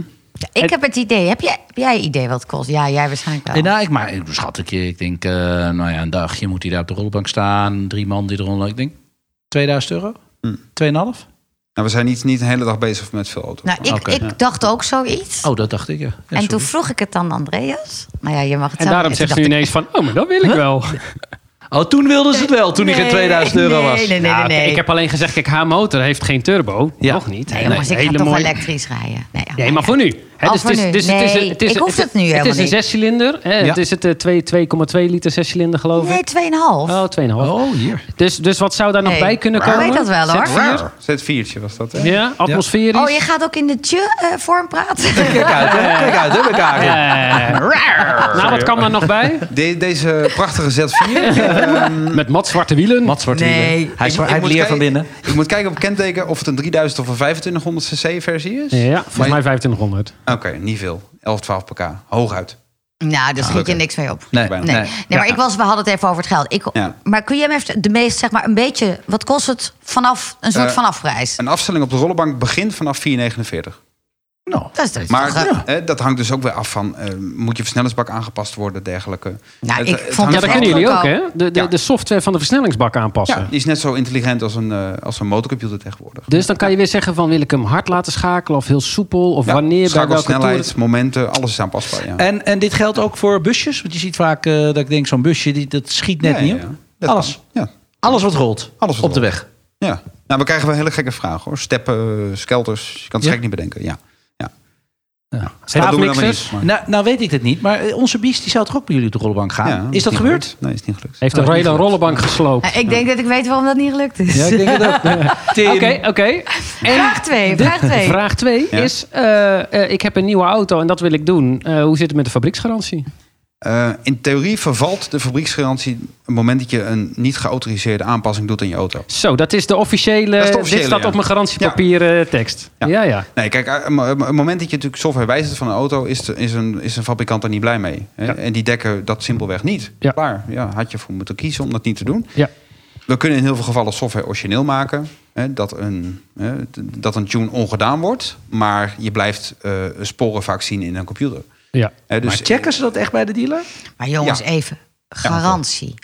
Speaker 1: Ik heb het idee. Heb jij, heb jij een idee wat het kost? Ja, jij waarschijnlijk
Speaker 2: Nee,
Speaker 1: wel.
Speaker 2: nou, ik, maar, ik- schat ik, ik denk, eh, nou ja, een dagje moet hij daar op de rollenbank staan. Drie man die eronder. Ik denk 2000 euro?
Speaker 3: Hm.
Speaker 2: 2,5?
Speaker 3: Nou, we zijn niet, niet de hele dag bezig met veel auto's.
Speaker 1: Nou, ik,
Speaker 2: Oké.
Speaker 1: ik dacht ook zoiets.
Speaker 2: Oh, dat dacht ik, ja. Ja, sorry.
Speaker 1: en toen vroeg ik het dan Andreas. Nou ja, je mag het
Speaker 4: En
Speaker 1: zelf-
Speaker 4: daarom
Speaker 1: toen
Speaker 4: zegt
Speaker 1: dacht
Speaker 4: u
Speaker 1: ik-
Speaker 4: ineens van... oh, maar dat wil ik wel.
Speaker 2: Oh, toen wilden ze het wel, toen ik
Speaker 1: Nee,
Speaker 2: geen 2000 euro
Speaker 1: nee,
Speaker 2: was.
Speaker 1: Nee, nee,
Speaker 4: Ja,
Speaker 1: nee.
Speaker 4: Nou, oké,
Speaker 1: nee.
Speaker 4: Ik heb alleen gezegd, kijk, haar motor heeft geen turbo.
Speaker 2: Ja.
Speaker 4: Nog niet.
Speaker 1: Nee, jongens, ik
Speaker 4: Hele
Speaker 1: ga toch
Speaker 4: mooie-
Speaker 1: elektrisch rijden. Nee, ja,
Speaker 4: Nee, maar voor nu. Hè,
Speaker 1: Oh,
Speaker 4: dus
Speaker 1: voor
Speaker 4: het is-
Speaker 1: nu.
Speaker 4: dus het is-
Speaker 1: Nee,
Speaker 4: het is-
Speaker 1: ik hoef dat nu
Speaker 4: Het is
Speaker 1: helemaal
Speaker 4: een
Speaker 1: niet.
Speaker 4: zescilinder. hè,
Speaker 2: Ja.
Speaker 4: Het is het eh, twee- 2,2 liter zescilinder, geloof ik.
Speaker 1: Nee, 2,5.
Speaker 4: Oh, 2,5.
Speaker 2: Oh, hier.
Speaker 4: Dus, dus wat zou daar nog
Speaker 1: Hey,
Speaker 4: bij kunnen
Speaker 1: ik
Speaker 4: komen?
Speaker 1: weet dat wel hoor.
Speaker 3: Wow. Z4'tje was dat, hè?
Speaker 4: Ja, atmosferisch.
Speaker 1: Oh, je gaat ook in de tje-vorm praten? Nou,
Speaker 2: Kijk uit, hè. Kijk uit, hè, met Karin.
Speaker 4: Eh, nou, wat kan daar nog bij?
Speaker 3: De- deze prachtige Z4.
Speaker 4: Met mat zwarte wielen.
Speaker 2: Mat zwart
Speaker 1: Nee.
Speaker 2: wielen. Hij
Speaker 3: Ik-
Speaker 2: is hij
Speaker 3: ik
Speaker 2: heeft
Speaker 3: moet
Speaker 2: leer
Speaker 3: kijken-
Speaker 2: van binnen.
Speaker 3: Ik moet kijken op het kenteken of het een 3000 of een 2500 cc versie is.
Speaker 4: Ja, volgens
Speaker 3: Maar-
Speaker 4: mij 2500.
Speaker 3: Oké, niet veel. 11, 12 pk. Hooguit.
Speaker 1: nou, daar schiet je niks mee op.
Speaker 2: Nee,
Speaker 3: Bijna.
Speaker 1: Nee,
Speaker 2: nee.
Speaker 1: nee maar ik was, we hadden het even over het geld. Ik,
Speaker 3: Ja.
Speaker 1: Maar kun jij me even de meest, zeg maar, een beetje... Wat kost het vanaf een soort
Speaker 3: Eh,
Speaker 1: vanafprijs?
Speaker 3: Een afstelling op de rollenbank begint vanaf 4,49.
Speaker 2: Nou,
Speaker 1: Dat is toch
Speaker 3: Maar
Speaker 1: toch, eh,
Speaker 3: hè, dat hangt dus ook weer af van... eh, moet je versnellingsbak aangepast worden, dergelijke. eh,
Speaker 1: Nou, ik vond
Speaker 3: hangt
Speaker 4: Ja,
Speaker 1: het
Speaker 4: dat
Speaker 3: van-
Speaker 4: kunnen
Speaker 1: echt
Speaker 4: jullie ook, hè?
Speaker 1: lokaal.
Speaker 4: De, de,
Speaker 3: Ja.
Speaker 4: de software van de versnellingsbak aanpassen.
Speaker 3: Ja, die is net zo intelligent als een, eh, als een motorcomputer tegenwoordig.
Speaker 4: Dus dan kan je weer zeggen van wil ik hem hard laten schakelen of heel soepel of
Speaker 3: Ja,
Speaker 4: wanneer bij welke
Speaker 3: schakelsnelheid,
Speaker 4: toer.
Speaker 3: momenten, alles is aanpasbaar. Ja.
Speaker 2: En, en dit geldt ook voor busjes? Want je ziet vaak eh, dat ik denk, zo'n busje, die, dat schiet net
Speaker 3: Ja,
Speaker 2: niet
Speaker 3: ja,
Speaker 2: op.
Speaker 3: ja. Dat
Speaker 2: Alles.
Speaker 3: kan. Ja.
Speaker 2: Alles wat rolt.
Speaker 3: Alles wat
Speaker 2: op de
Speaker 3: rolt.
Speaker 2: weg.
Speaker 3: ja. Nou, we krijgen wel hele gekke vragen hoor. Steppen, skelters. Je kan het
Speaker 2: Ja?
Speaker 3: gek niet bedenken. Ja. ja. ja.
Speaker 4: Staafmixers?
Speaker 3: maar niet, maar-
Speaker 2: Nou, nou weet ik het niet, maar eh, onze bies die zou toch ook bij jullie op de rollenbank gaan?
Speaker 3: Ja,
Speaker 2: Ah, is dat
Speaker 3: niet
Speaker 2: gebeurd?
Speaker 3: Nee, is niet gelukt.
Speaker 4: Heeft de
Speaker 2: Oh,
Speaker 4: rail een
Speaker 2: niet
Speaker 4: rollenbank gesloopt.
Speaker 1: eh, Ik denk dat ik weet waarom dat niet gelukt is.
Speaker 2: Ja, ik denk het ook. Tim.
Speaker 4: Oké, oké.
Speaker 1: Vraag 2, vraag 2.
Speaker 4: Vraag 2
Speaker 3: Ja.
Speaker 4: is, eh, eh, ik heb een nieuwe auto en dat wil ik doen. Eh, hoe zit het met de fabrieksgarantie?
Speaker 3: Eh, in theorie vervalt de fabrieksgarantie op het moment dat je een niet geautoriseerde aanpassing doet aan je auto.
Speaker 4: Zo, dat is de officiële,
Speaker 3: Dat is de officiële,
Speaker 4: dit staat
Speaker 3: ja.
Speaker 4: op mijn garantiepapier eh, tekst. Ja,
Speaker 3: Ja.
Speaker 4: ja.
Speaker 3: Nee, kijk, eh, mo- eh, mo- het moment dat je natuurlijk software wijzigt van een auto, is, de- is, een, is een fabrikant er niet blij mee. hè?
Speaker 4: Ja.
Speaker 3: En die dekken dat simpelweg niet.
Speaker 4: Ja.
Speaker 3: Klaar. Ja, had je voor moeten kiezen om dat niet te doen.
Speaker 4: Ja.
Speaker 3: We kunnen in heel veel gevallen software origineel maken. Hè, dat, een, hè, d- dat een tune ongedaan wordt. Maar je blijft eh, sporen vaak zien in een computer.
Speaker 4: Ja.
Speaker 3: Hè, dus
Speaker 2: maar checken ze dat echt bij de dealer?
Speaker 1: Maar jongens,
Speaker 3: Ja.
Speaker 1: even. Garantie.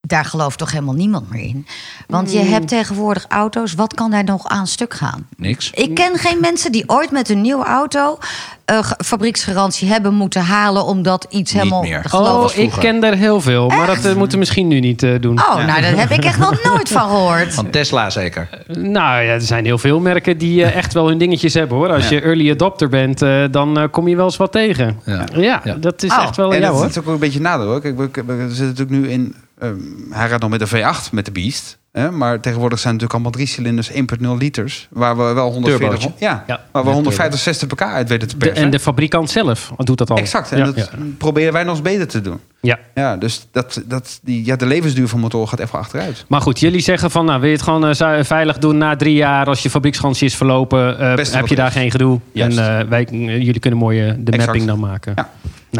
Speaker 1: Daar gelooft toch helemaal niemand meer in? Want
Speaker 4: Hmm.
Speaker 1: je hebt tegenwoordig auto's. Wat kan daar nog aan stuk gaan?
Speaker 2: Niks.
Speaker 4: Hmm.
Speaker 1: Ik ken geen mensen die ooit met een nieuwe auto... eh, ge- fabrieksgarantie hebben moeten halen... omdat iets helemaal
Speaker 2: meer.
Speaker 1: geloof
Speaker 4: Oh, ik ken er heel veel, maar dat eh, moeten we misschien nu niet eh, doen.
Speaker 1: Oh, nou, daar heb ik echt nog nooit van gehoord.
Speaker 2: Van Tesla zeker.
Speaker 4: Nou ja, er zijn heel veel merken die eh, echt wel hun dingetjes hebben hoor. Als je early adopter bent, eh, dan eh, kom je wel eens wat tegen. Ja,
Speaker 2: Ja. Ja.
Speaker 4: dat is
Speaker 1: Oh.
Speaker 4: echt wel
Speaker 3: en
Speaker 4: ja
Speaker 3: dat,
Speaker 4: hoor.
Speaker 3: dat is ook wel een beetje een nadeel. Hoor. Kijk, we, we zitten natuurlijk nu in... ehm, hij gaat nog met een V8 met de Beast. Hè, maar tegenwoordig zijn natuurlijk allemaal drie cilinders 1.0 liters. Waar we wel 140,
Speaker 2: Turbootje.
Speaker 3: ja,
Speaker 4: Ja.
Speaker 3: Waar we
Speaker 2: Met
Speaker 3: 150, 60 pk uit weten te
Speaker 4: De-
Speaker 3: persen.
Speaker 4: en de fabrikant zelf doet dat al.
Speaker 3: exact. En
Speaker 4: ja.
Speaker 3: dat
Speaker 4: ja.
Speaker 3: proberen wij nog eens beter te doen.
Speaker 4: Ja.
Speaker 3: Ja, dus dat, dat, die, ja, de levensduur van motoren gaat even achteruit.
Speaker 4: Maar goed, jullie zeggen van, nou wil je het gewoon eh, zu- veilig doen na drie jaar als je fabrieksgarantie is verlopen, eh,
Speaker 3: Beste
Speaker 4: heb je
Speaker 3: wat
Speaker 4: daar
Speaker 3: is.
Speaker 4: geen gedoe.
Speaker 3: Juist.
Speaker 4: En eh, wij, jullie kunnen mooi eh, de
Speaker 3: Exact.
Speaker 4: mapping dan maken.
Speaker 3: Ja.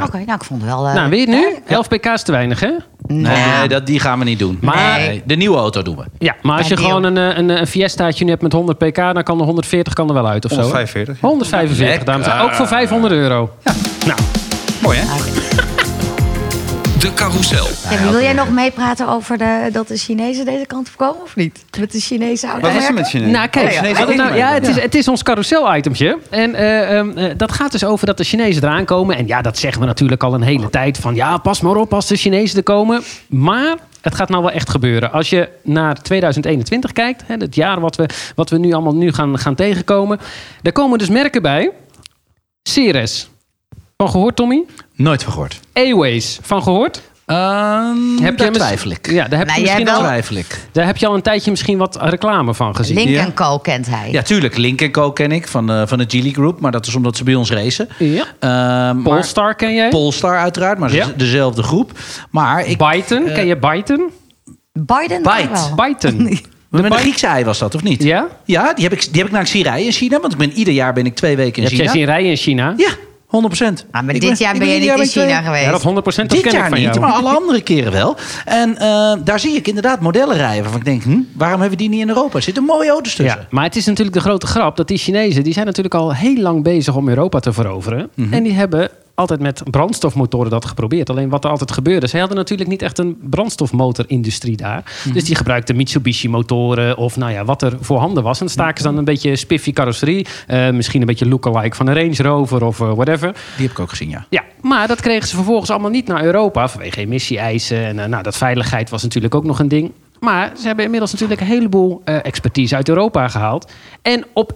Speaker 1: Oké, nou, ik vond het wel... eh,
Speaker 4: Nou, weet je het nu? 11 pk is te weinig, hè?
Speaker 2: Nee,
Speaker 1: Nou.
Speaker 2: dat, die gaan we niet doen.
Speaker 1: Maar-
Speaker 2: Nee, de nieuwe auto doen we.
Speaker 4: Ja, maar als
Speaker 1: Ja,
Speaker 4: je
Speaker 1: deal.
Speaker 4: gewoon een, eh, een, eh, een Fiestaatje nu hebt met 100 pk, dan kan de 140 kan er wel uit of zo. hè?
Speaker 3: 145.
Speaker 4: 145, dames en heren. Ook voor 500 euro. Nou,
Speaker 3: Mooi, hè?
Speaker 5: De carousel.
Speaker 3: nou,
Speaker 1: Ja, wil jij nog meepraten over de, dat de Chinezen deze kant op komen of niet? Met de Chinese
Speaker 3: Wat was er
Speaker 1: automerken?
Speaker 3: met Chinees?
Speaker 4: nou kijk,
Speaker 3: Chinees
Speaker 4: wat het nou-
Speaker 3: eten.
Speaker 4: ja, het, is, het is ons carousel-itempje. En eh, ehm, eh, dat gaat dus over dat de Chinezen eraan komen. En ja, dat zeggen we natuurlijk al een hele tijd. Van ja, pas maar op als de Chinezen er komen. Maar het gaat nou wel echt gebeuren. Als je naar 2021 kijkt, hè, het jaar wat we, wat we nu allemaal nu gaan, gaan tegenkomen. Daar komen dus merken bij. Ceres. Van gehoord, Tommy?
Speaker 2: Nooit van gehoord.
Speaker 4: Airways. Van gehoord?
Speaker 2: Ehm heb
Speaker 4: mis-
Speaker 2: Mm, twijfel ik.
Speaker 4: Ja, daar heb,
Speaker 1: Nou, jij
Speaker 4: je misschien
Speaker 1: wel.
Speaker 4: al,
Speaker 2: Twijfel ik.
Speaker 4: daar heb je al een tijdje misschien wat reclame van gezien.
Speaker 1: Link
Speaker 2: Ja.
Speaker 1: en Co kent hij.
Speaker 2: Ja, tuurlijk. Link Co ken ik van, eh, van de Geely Group. Maar dat is omdat ze bij ons racen.
Speaker 4: Ja.
Speaker 2: Ehm, maar-
Speaker 4: Polestar ken jij?
Speaker 2: Polestar uiteraard, maar ze-
Speaker 4: Ja.
Speaker 2: dezelfde groep. Maar ik... eh,
Speaker 4: Byton, ken je Byton?
Speaker 1: Biden
Speaker 2: Bite.
Speaker 1: ook wel.
Speaker 4: Byton.
Speaker 2: Met een Griekse ei was dat, of niet?
Speaker 4: Ja?
Speaker 2: Ja, die heb ik, die heb ik naar Sierij in China. Want ik ben, ieder jaar ben ik twee weken in
Speaker 4: Heb jij
Speaker 2: China.
Speaker 4: zien rijden in China?
Speaker 2: Ja, 100 procent.
Speaker 1: Ah, maar dit jaar ben je niet in China geweest.
Speaker 4: Ja, dat 100% dat
Speaker 2: Dit
Speaker 4: ken ik
Speaker 2: jaar
Speaker 4: van
Speaker 2: niet,
Speaker 4: jou.
Speaker 2: maar alle andere keren wel. En eh, daar zie ik inderdaad modellen rijden. Waarvan ik denk, hm, waarom hebben we die niet in Europa? Er zitten mooie auto's tussen.
Speaker 4: Ja, maar het is natuurlijk de grote grap dat die Chinezen... die zijn natuurlijk al heel lang bezig om Europa te veroveren.
Speaker 2: Mhm.
Speaker 4: En die hebben altijd met brandstofmotoren dat geprobeerd. Alleen wat er altijd gebeurde... ze hadden natuurlijk niet echt een brandstofmotorindustrie daar.
Speaker 2: Mhm.
Speaker 4: Dus die gebruikten Mitsubishi-motoren of nou ja, wat er voorhanden was. En dan staken ze
Speaker 2: Mhm.
Speaker 4: dan een beetje spiffy carrosserie. eh, misschien een beetje lookalike van een Range Rover of eh, whatever.
Speaker 2: Die heb ik ook gezien, ja.
Speaker 4: Ja, maar dat kregen ze vervolgens allemaal niet naar Europa vanwege emissie-eisen. En eh, nou, dat veiligheid was natuurlijk ook nog een ding. Maar ze hebben inmiddels natuurlijk een heleboel eh, expertise uit Europa gehaald. En op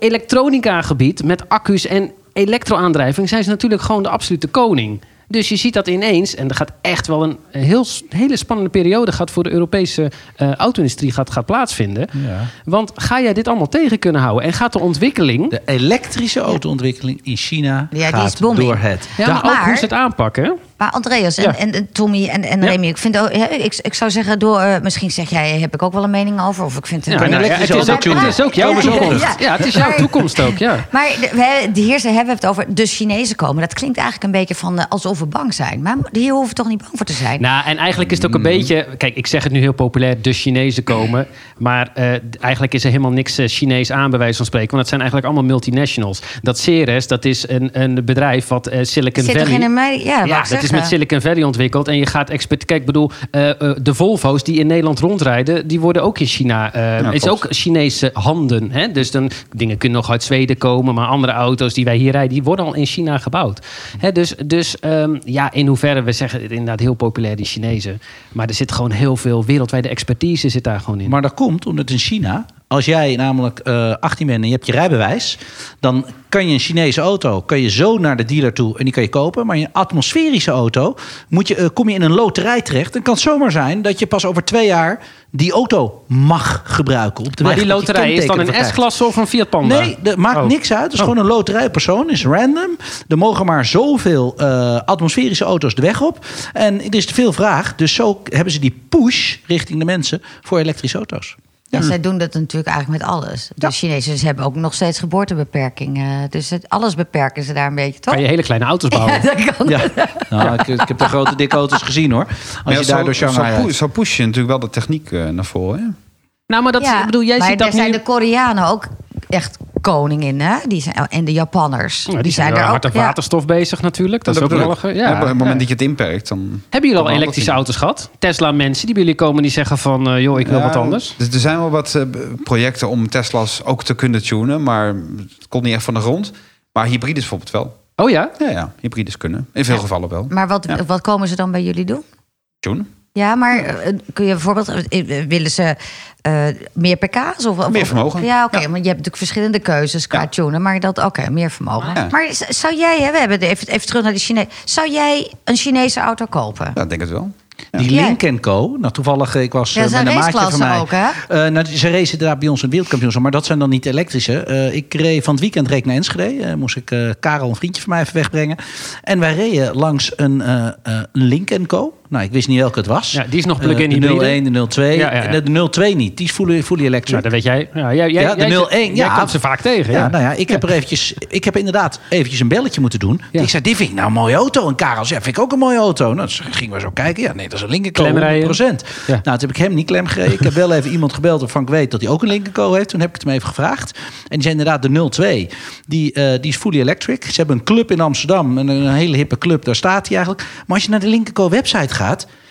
Speaker 4: elektronica-gebied met accu's en elektroaandrijving zijn ze natuurlijk gewoon de absolute koning. Dus je ziet dat ineens, en er gaat echt wel een heel, s- hele spannende periode gaat voor de Europese eh, auto-industrie gaat, gaat plaatsvinden.
Speaker 2: Ja.
Speaker 4: Want ga jij dit allemaal tegen kunnen houden? En gaat de ontwikkeling,
Speaker 2: De elektrische autoontwikkeling in China
Speaker 1: Ja, die is
Speaker 2: gaat
Speaker 1: booming.
Speaker 2: door het.
Speaker 4: ja,
Speaker 1: Ja,
Speaker 4: maar ook
Speaker 1: maar-
Speaker 4: hoe ze het aanpakken.
Speaker 1: Maar Andreas en,
Speaker 4: Ja.
Speaker 1: en, en Tommy en, en
Speaker 4: Ja.
Speaker 1: Remy, ik, vind, ook- hè, ik, ik zou zeggen, door, eh, misschien zeg jij, heb ik ook wel een mening over. Of ik vind het
Speaker 4: Ja,
Speaker 2: Kan je
Speaker 4: nou ja,
Speaker 2: elektrisch
Speaker 4: het, is,
Speaker 2: auto tunen?
Speaker 4: het is ook jouw
Speaker 1: Ja, ja, ja.
Speaker 4: toekomst. Ja,
Speaker 1: Ja.
Speaker 4: het is jouw
Speaker 1: Maar-
Speaker 4: toekomst ook, ja.
Speaker 1: Maar de, we, de heer, ze hebben het over de Chinezen komen. Dat klinkt eigenlijk een beetje van eh, alsof we bang zijn. Maar hier hoeven we toch niet bang voor te zijn.
Speaker 4: Nou, en eigenlijk is het ook een beetje... Kijk, ik zeg het nu heel populair, de Chinezen komen. Maar eh, d- eigenlijk is er helemaal niks eh, Chinees aan, bij wijze van spreken. Want het zijn eigenlijk allemaal multinationals. Dat Ceres, dat is een, een bedrijf wat eh, Silicon
Speaker 1: Zit toch
Speaker 4: Valley...
Speaker 1: in een mei- ja, wou ik
Speaker 4: dat is
Speaker 1: zeggen.
Speaker 4: met Silicon Valley ontwikkeld. En je gaat expert... Kijk, ik bedoel, eh, eh, de Volvo's die in Nederland rondrijden... die worden ook in China... eh, het is
Speaker 3: klopt.
Speaker 4: ook Chinese handen. Hè? Dus dan, dingen kunnen nog uit Zweden komen... maar andere auto's die wij hier rijden... die worden al in China gebouwd. Hè? Dus, dus ehm, ja, in hoeverre... we zeggen het inderdaad heel populair, die Chinezen. Maar er zit gewoon heel veel wereldwijde expertise... zit daar gewoon in.
Speaker 2: Maar dat komt omdat in China, als jij namelijk eh 18 bent en je hebt je rijbewijs, dan kan je een Chinese auto kan je zo naar de dealer toe en die kan je kopen. Maar in een atmosferische auto moet je, eh, kom je in een loterij terecht. Dan kan het zomaar zijn dat je pas over twee jaar die auto mag gebruiken op de
Speaker 4: maar
Speaker 2: weg.
Speaker 4: die
Speaker 2: dat je
Speaker 4: loterij is dan
Speaker 2: kenteken ervoor
Speaker 4: een
Speaker 2: krijgt.
Speaker 4: S-klasse of een Fiat Panda?
Speaker 2: Nee, dat maakt
Speaker 4: Oh.
Speaker 2: niks uit. Het is gewoon een loterijpersoon. is random. Er mogen maar zoveel eh, atmosferische auto's de weg op. En er is te veel vraag. Dus zo k- hebben ze die push richting de mensen voor elektrische auto's.
Speaker 1: Ja, Zij doen dat natuurlijk eigenlijk met alles. De
Speaker 2: Ja.
Speaker 1: Chinezen ze hebben ook nog steeds geboortebeperkingen. Dus het, alles beperken ze daar een beetje, toch?
Speaker 4: Kan je hele kleine auto's bouwen.
Speaker 1: dat kan.
Speaker 2: Ja, nou, ik, ik heb de grote dikke auto's gezien hoor. Als je daar door Shanghai
Speaker 3: zo,
Speaker 2: rijdt.
Speaker 3: zo push je natuurlijk wel de techniek eh, naar voren. Hè?
Speaker 4: Nou, maar dat,
Speaker 1: Ja,
Speaker 4: ik bedoel, jij
Speaker 1: maar
Speaker 4: ziet
Speaker 1: daar
Speaker 4: dat
Speaker 1: zijn
Speaker 4: nu...
Speaker 1: de Koreanen ook echt koningin, hè? Die zijn, en de Japanners.
Speaker 4: Nou, die, zijn,
Speaker 1: daar
Speaker 4: er
Speaker 1: ook.
Speaker 4: hard op
Speaker 1: ja.
Speaker 4: waterstof bezig natuurlijk. Dat, is ook
Speaker 3: bedoel
Speaker 4: wel een...
Speaker 3: ik.
Speaker 4: Ja.
Speaker 3: Op het moment dat je het inperkt, dan...
Speaker 4: Hebben jullie al
Speaker 3: Kan wel
Speaker 4: elektrische
Speaker 3: anders
Speaker 4: auto's gehad? Tesla-mensen die bij jullie komen die zeggen van... eh, joh, ik wil
Speaker 3: Ja,
Speaker 4: wat anders.
Speaker 3: Dus er zijn wel wat eh, b- projecten om Tesla's ook te kunnen tunen, maar het komt niet echt van de grond. Maar hybrides bijvoorbeeld wel.
Speaker 4: Oh ja?
Speaker 3: Ja, ja, hybrides kunnen. In veel gevallen wel.
Speaker 1: Maar wat,
Speaker 3: Ja.
Speaker 1: wat komen ze dan bij jullie doen?
Speaker 3: Tunen.
Speaker 1: Ja, maar eh, kun je bijvoorbeeld, eh, eh, willen ze eh, meer pk's? Of, of-
Speaker 3: Meer
Speaker 1: of-
Speaker 3: vermogen.
Speaker 1: Ja, oké,
Speaker 3: Ja.
Speaker 1: want je hebt natuurlijk verschillende keuzes qua
Speaker 3: Ja.
Speaker 1: tunen, maar dat, oké, meer vermogen.
Speaker 3: Ja.
Speaker 1: Maar z- zou jij, hè, we hebben de- even, even terug naar de Chinees, zou jij een Chinese auto kopen?
Speaker 3: Ja, ik denk het wel.
Speaker 2: Die
Speaker 1: Ja.
Speaker 2: Link Co. Nou, toevallig, eh, ik was
Speaker 1: Ja,
Speaker 2: eh,
Speaker 1: dat zijn
Speaker 2: met een maatje van
Speaker 1: raceklassen
Speaker 2: mij.
Speaker 1: ook, hè?
Speaker 2: Eh, nou, ze racen inderdaad bij ons een wereldkampioenschap, maar dat zijn dan niet elektrische. Eh, ik reed van het weekend reed ik naar Enschede. Eh, moest ik eh, Karel, een vriendje van mij, even wegbrengen. En wij reden langs een eh eh Link Co. Nou, ik wist niet welke het was.
Speaker 4: Ja, die is nog
Speaker 2: Eh,
Speaker 4: plug-in
Speaker 2: de
Speaker 4: hybride.
Speaker 2: 01, de 02.
Speaker 4: Ja, ja, Nou, ja.
Speaker 2: De, de 02 niet. Die is fully, fully electric.
Speaker 4: Ja, dat weet jij. Ja, jij, jij,
Speaker 2: Ja, de
Speaker 4: jij-
Speaker 2: 01,
Speaker 4: Jij
Speaker 2: ja.
Speaker 4: komt ze vaak tegen.
Speaker 2: Ja,
Speaker 4: Ja,
Speaker 2: nou ja, ik heb er eventjes, ik heb inderdaad eventjes een belletje moeten doen.
Speaker 4: Ja.
Speaker 2: Ik zei, dit vind ik nou een mooie auto. En Karel zei, vind ik ook een mooie auto. Nou, dus gingen we zo kijken. Ja, nee, dat is een Lincoln Co, 100%.
Speaker 4: Klemrijden. Ja.
Speaker 2: Nou, toen heb ik hem niet klem gereden. Ik heb wel even iemand gebeld waarvan ik weet dat hij ook een Lincoln Co heeft. Toen heb ik het hem even gevraagd. En die zei inderdaad, de 02, die, eh, die is fully electric. Ze hebben een club in Amsterdam, een, een hele hippe club. Daar staat hij eigenlijk. Maar als je naar de Lincoln Co website gaat...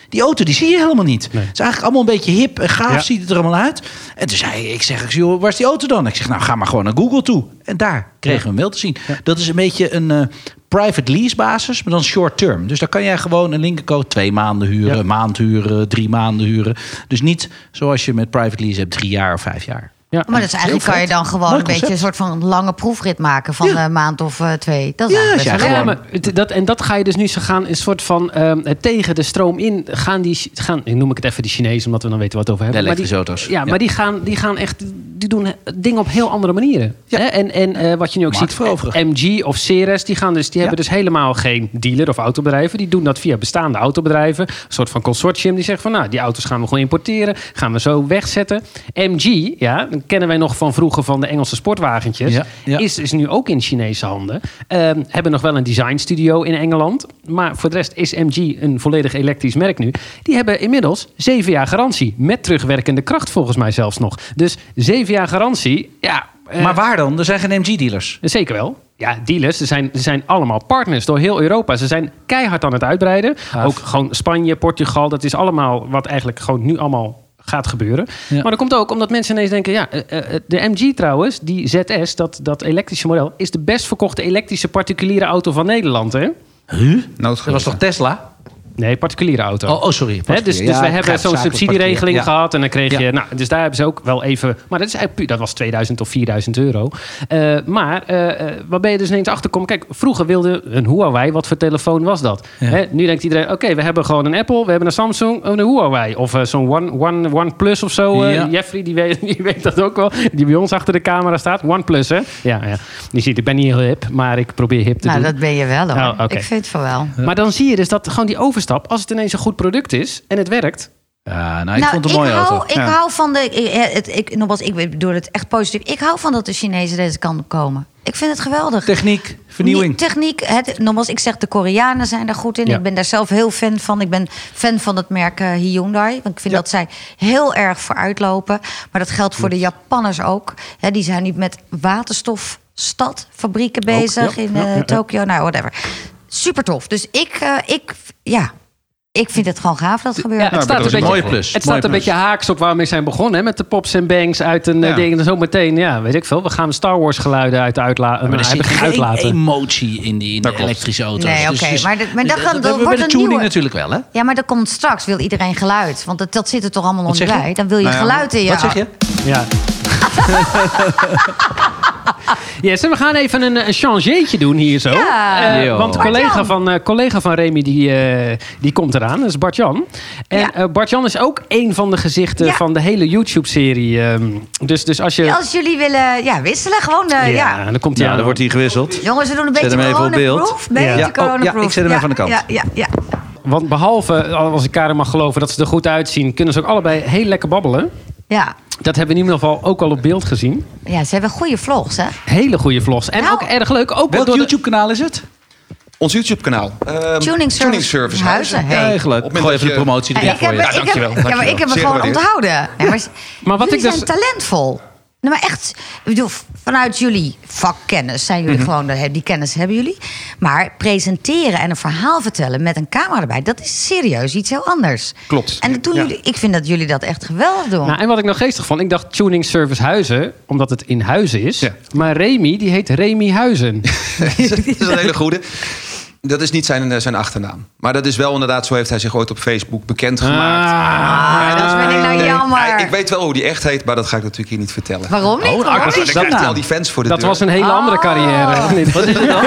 Speaker 2: Die auto die zie je helemaal niet. Het is eigenlijk allemaal een beetje hip en gaaf,
Speaker 4: Ja.
Speaker 2: ziet het er allemaal uit. En toen zei ik, zeg, ik zeg, joh, waar is die auto dan? Ik zeg, nou, ga maar gewoon naar Google toe. En daar kregen we hem wel te zien. Dat is een beetje een eh, private lease basis, maar dan short term. Dus daar kan jij gewoon een linkercoat twee maanden huren,
Speaker 4: Ja.
Speaker 2: een maand huren, drie maanden huren. Dus niet zoals je met private lease hebt, drie jaar of vijf jaar.
Speaker 4: Ja.
Speaker 1: Maar dus eigenlijk kan je dan gewoon
Speaker 2: Mooi
Speaker 1: een beetje een soort van lange proefrit maken van
Speaker 2: Ja.
Speaker 1: een maand of eh, twee. Dat is
Speaker 2: Ja,
Speaker 1: eigenlijk
Speaker 2: als
Speaker 1: best wel
Speaker 2: jij
Speaker 4: Ja,
Speaker 2: gewoon-
Speaker 1: leuk.
Speaker 4: maar het- dat, en dat ga je dus nu, ze gaan een soort van ehm, het tegen de stroom in. Gaan die, gaan, ik noem ik het even de Chinezen, omdat we dan weten wat we het over hebben.
Speaker 2: De
Speaker 4: Maar die-
Speaker 2: elektrische auto's.
Speaker 4: Ja,
Speaker 2: Ja.
Speaker 4: maar die gaan, die gaan echt, die doen dingen op heel andere manieren.
Speaker 2: Ja.
Speaker 4: Hè? En, en eh, wat je nu ook
Speaker 2: Markt
Speaker 4: ziet,
Speaker 2: veroveren.
Speaker 4: MG of Ceres, die, gaan dus, die
Speaker 2: Ja.
Speaker 4: hebben dus helemaal geen dealer of autobedrijven. Die doen dat via bestaande autobedrijven. Een soort van consortium die zegt van, nou, die auto's gaan we gewoon importeren. Gaan we zo wegzetten. MG, ja, dat kennen wij nog van vroeger van de Engelse sportwagentjes.
Speaker 2: Ja, ja.
Speaker 4: Is is nu ook in Chinese handen. Ehm, hebben nog wel een design studio in Engeland. Maar voor de rest is MG een volledig elektrisch merk nu. Die hebben inmiddels zeven jaar garantie. Met terugwerkende kracht volgens mij zelfs nog. Dus zeven jaar garantie, ja... eh,
Speaker 2: Maar waar dan? Er zijn geen MG-dealers.
Speaker 4: Zeker wel. Ja, dealers, ze zijn, ze zijn allemaal partners door heel Europa. Ze zijn keihard aan het uitbreiden. Ook gewoon Spanje, Portugal, dat is allemaal wat eigenlijk gewoon nu allemaal gaat gebeuren.
Speaker 2: Ja.
Speaker 4: Maar dat komt ook omdat mensen ineens denken... ja, eh, eh, eh, de MG trouwens, die ZS, dat, dat elektrische model... is de best verkochte elektrische particuliere auto van Nederland, hè?
Speaker 2: Huh?
Speaker 3: Noodgelukkig.
Speaker 2: Dat was toch Tesla?
Speaker 4: Nee, particuliere auto.
Speaker 2: Oh, oh, sorry.
Speaker 4: Hè, dus
Speaker 2: Ja,
Speaker 4: dus we
Speaker 2: het
Speaker 4: hebben
Speaker 2: gaat
Speaker 4: zo'n
Speaker 2: zakelijk
Speaker 4: subsidieregeling
Speaker 2: particulier. Ja.
Speaker 4: gehad. En dan kreeg je.
Speaker 2: Ja.
Speaker 4: Nou, dus daar hebben ze ook wel even. Maar dat, is eigenlijk puur, dat was 2000 of 4000 euro. Eh, maar eh, eh, waar ben je dus ineens achter komt. Kijk, vroeger wilde een Huawei. Wat voor telefoon was dat?
Speaker 2: Ja.
Speaker 4: Hè, nu denkt iedereen: oké, we hebben gewoon een Apple. We hebben een Samsung. Een Huawei. Of eh, zo'n One, One, OnePlus of zo. eh,
Speaker 2: Ja.
Speaker 4: Jeffrey, die weet, die weet dat ook wel. Die bij ons achter de camera staat. OnePlus, hè? Ja, ja. Die ziet, ik ben niet heel hip. Maar ik probeer hip te
Speaker 1: Nou,
Speaker 4: doen.
Speaker 1: dat ben je wel hoor.
Speaker 4: Oh, oké.
Speaker 1: Ik vind van wel.
Speaker 4: Maar dan zie je dus dat gewoon die overstap, als het ineens een goed product is en het werkt.
Speaker 2: Ja, nou, ik
Speaker 1: nou,
Speaker 2: vond het een mooie
Speaker 1: ik hou,
Speaker 2: auto.
Speaker 1: Ik hou van de. Ik, het, ik, nogmaals, ik bedoel het echt positief. Ik hou van dat de Chinezen deze kant op komen. Ik vind het geweldig.
Speaker 2: Techniek, vernieuwing.
Speaker 1: Nie- Techniek, het, nogmaals, ik zeg de Koreanen zijn daar goed in.
Speaker 4: Ja.
Speaker 1: Ik ben daar zelf heel fan van. Ik ben fan van het merk eh, Hyundai. Want ik vind dat zij heel erg vooruitlopen. Maar dat geldt voor de Japanners ook. Hè, die zijn nu met waterstofstadfabrieken bezig
Speaker 2: ja.
Speaker 1: in eh, Tokio. Nou, whatever. Super tof. Dus ik, eh, ik, ja, ik vind het gewoon gaaf dat het gebeurt.
Speaker 2: nou,
Speaker 4: het
Speaker 3: dat
Speaker 4: staat,
Speaker 3: is
Speaker 4: een
Speaker 3: een
Speaker 4: beetje,
Speaker 2: mooie plus. Mooie
Speaker 4: Het staat een
Speaker 2: plus.
Speaker 4: beetje haaks op waarmee zijn begonnen. Hè, met de pops en bangs uit een
Speaker 3: Ja.
Speaker 4: eh, ding. En zo meteen, ja, weet ik veel. We gaan Star Wars geluiden uit de uitla- eh,
Speaker 2: Maar er
Speaker 4: uit
Speaker 2: zit
Speaker 4: de
Speaker 2: geen
Speaker 4: uitlaten.
Speaker 2: emotie in die, in de
Speaker 3: Dat klopt.
Speaker 2: elektrische auto's. Dus-
Speaker 1: Nee, oké, maar dat- maar dat gaat- dat
Speaker 2: hebben we
Speaker 1: wordt
Speaker 2: bij
Speaker 1: een
Speaker 2: de tuning
Speaker 1: nieuwe-
Speaker 2: natuurlijk wel, hè?
Speaker 1: Ja, maar dat komt straks. Wil iedereen geluid? Want dat, dat zit er toch allemaal nog
Speaker 2: zeg
Speaker 1: niet
Speaker 2: je?
Speaker 1: bij? Dan wil je
Speaker 3: Nou ja,
Speaker 1: geluid in je.
Speaker 2: Wat zeg je?
Speaker 4: Ja. yes, en we gaan even een, eh, een changeetje doen hier zo.
Speaker 1: Ja.
Speaker 4: Eh,
Speaker 2: Yo.
Speaker 4: want
Speaker 2: Bart-Jan.
Speaker 4: collega van, eh, collega van Remy die, eh, die komt eraan. Dat is Bart-Jan. En
Speaker 1: Ja.
Speaker 4: eh, Bart-Jan is ook een van de gezichten
Speaker 1: Ja.
Speaker 4: van de hele YouTube-serie. ehm, dus, dus als je...
Speaker 1: Ja, Als jullie willen, ja, wisselen gewoon. eh, ja.
Speaker 4: dan komt hij
Speaker 2: Ja,
Speaker 4: aan.
Speaker 2: dan wordt hier gewisseld.
Speaker 1: Jongens, we doen een
Speaker 2: Zet
Speaker 1: beetje
Speaker 2: hem even op
Speaker 1: coronaproof.
Speaker 2: beeld.
Speaker 1: Beetje
Speaker 4: Ja.
Speaker 2: Ja, oh, ja,
Speaker 1: coronaproof.
Speaker 2: ik zet hem even aan de kant.
Speaker 1: Ja, ja, ja.
Speaker 4: Want behalve, als ik Karen mag geloven, dat ze er goed uitzien, kunnen ze ook allebei heel lekker babbelen.
Speaker 1: ja.
Speaker 4: Dat hebben we in ieder geval ook al op beeld gezien.
Speaker 1: Ja, ze hebben goede vlogs, hè?
Speaker 4: Hele goede vlogs. En
Speaker 1: Nou.
Speaker 4: ook erg leuk. Ook
Speaker 2: Welk
Speaker 4: door de-
Speaker 2: YouTube-kanaal is het?
Speaker 3: Ons YouTube-kanaal. Ehm,
Speaker 1: Tuning Service Huizen. Hey.
Speaker 2: Ja, geluid.
Speaker 3: Op het moment
Speaker 2: Gooi
Speaker 3: dat
Speaker 2: even de
Speaker 3: je-
Speaker 2: promotie
Speaker 1: Ja,
Speaker 2: erin
Speaker 1: ik
Speaker 2: voor
Speaker 1: heb,
Speaker 2: je.
Speaker 1: ik heb-
Speaker 3: dankjewel,
Speaker 1: ja, maar ik
Speaker 3: dankjewel.
Speaker 1: heb me
Speaker 3: Zeer
Speaker 1: gewoon
Speaker 3: gewaardeerd.
Speaker 1: onthouden. Ja, maar s-
Speaker 4: Maar wat
Speaker 1: jullie
Speaker 4: ik dus-
Speaker 1: zijn talentvol. Nou, maar echt, ik bedoel, vanuit jullie vakkennis zijn
Speaker 2: Mhm.
Speaker 1: jullie gewoon, de- die kennis hebben jullie. Maar presenteren en een verhaal vertellen met een camera erbij, dat is serieus iets heel anders.
Speaker 3: Klopt.
Speaker 1: En dat doen
Speaker 3: Ja.
Speaker 1: jullie, ik vind dat jullie dat echt geweldig doen.
Speaker 4: Nou, en wat ik nog geestig vond, ik dacht Tuning Service Huizen, omdat het in Huizen is.
Speaker 3: Ja.
Speaker 4: Maar Remy, die heet Remy Huizen.
Speaker 3: dat is een hele goede. Dat is niet zijn, eh, zijn achternaam. Maar dat is wel inderdaad, zo heeft hij zich ooit op Facebook bekendgemaakt.
Speaker 1: ah, dat vind ik nou jammer.
Speaker 3: Hij- ik weet wel hoe die echt heet, maar dat ga ik natuurlijk hier niet vertellen.
Speaker 1: Waarom niet?
Speaker 2: Oh, nou,
Speaker 1: Waarom
Speaker 2: dat
Speaker 1: niet?
Speaker 2: is dat
Speaker 3: Dan krijgt hij al
Speaker 2: nou?
Speaker 3: die fans voor de
Speaker 4: Dat
Speaker 3: deur.
Speaker 4: was een hele andere carrière. of niet?
Speaker 2: Wat is het dan?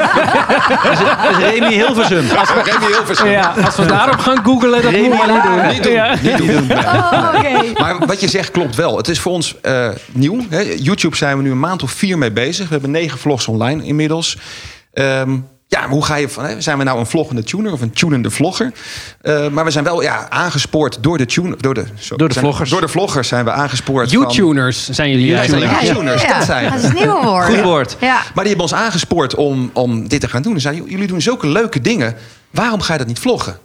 Speaker 2: is, is Remy Hilversum.
Speaker 3: Remy Hilversum.
Speaker 4: Ja, als we daarop gaan googelen, dat
Speaker 2: Remy
Speaker 4: moeten we niet doen.
Speaker 3: Niet doen,
Speaker 4: Ja.
Speaker 3: niet doen.
Speaker 1: Oh, oké.
Speaker 3: Maar wat je zegt klopt wel. Het is voor ons eh, nieuw. Hè. YouTube zijn we nu een maand of vier mee bezig. We hebben negen vlogs online inmiddels. Ehm, ja, maar hoe ga je van, hè, zijn we nou een vloggende tuner of een tunende vlogger? Eh, maar we zijn wel ja, aangespoord door de tune, door de, sorry,
Speaker 2: Door de
Speaker 3: zijn-
Speaker 2: vloggers.
Speaker 3: Door de vloggers zijn we aangespoord. van-
Speaker 4: YouTuners zijn jullie
Speaker 3: Ja,
Speaker 4: eigenlijk.
Speaker 3: zijn tuners, dat zijn we.
Speaker 1: dat is een nieuw woord.
Speaker 2: Goed woord.
Speaker 1: Ja.
Speaker 3: Maar die hebben ons aangespoord om, om dit te gaan doen. En zeiden, "Joh, jullie doen zulke leuke dingen. Waarom ga je dat niet vloggen?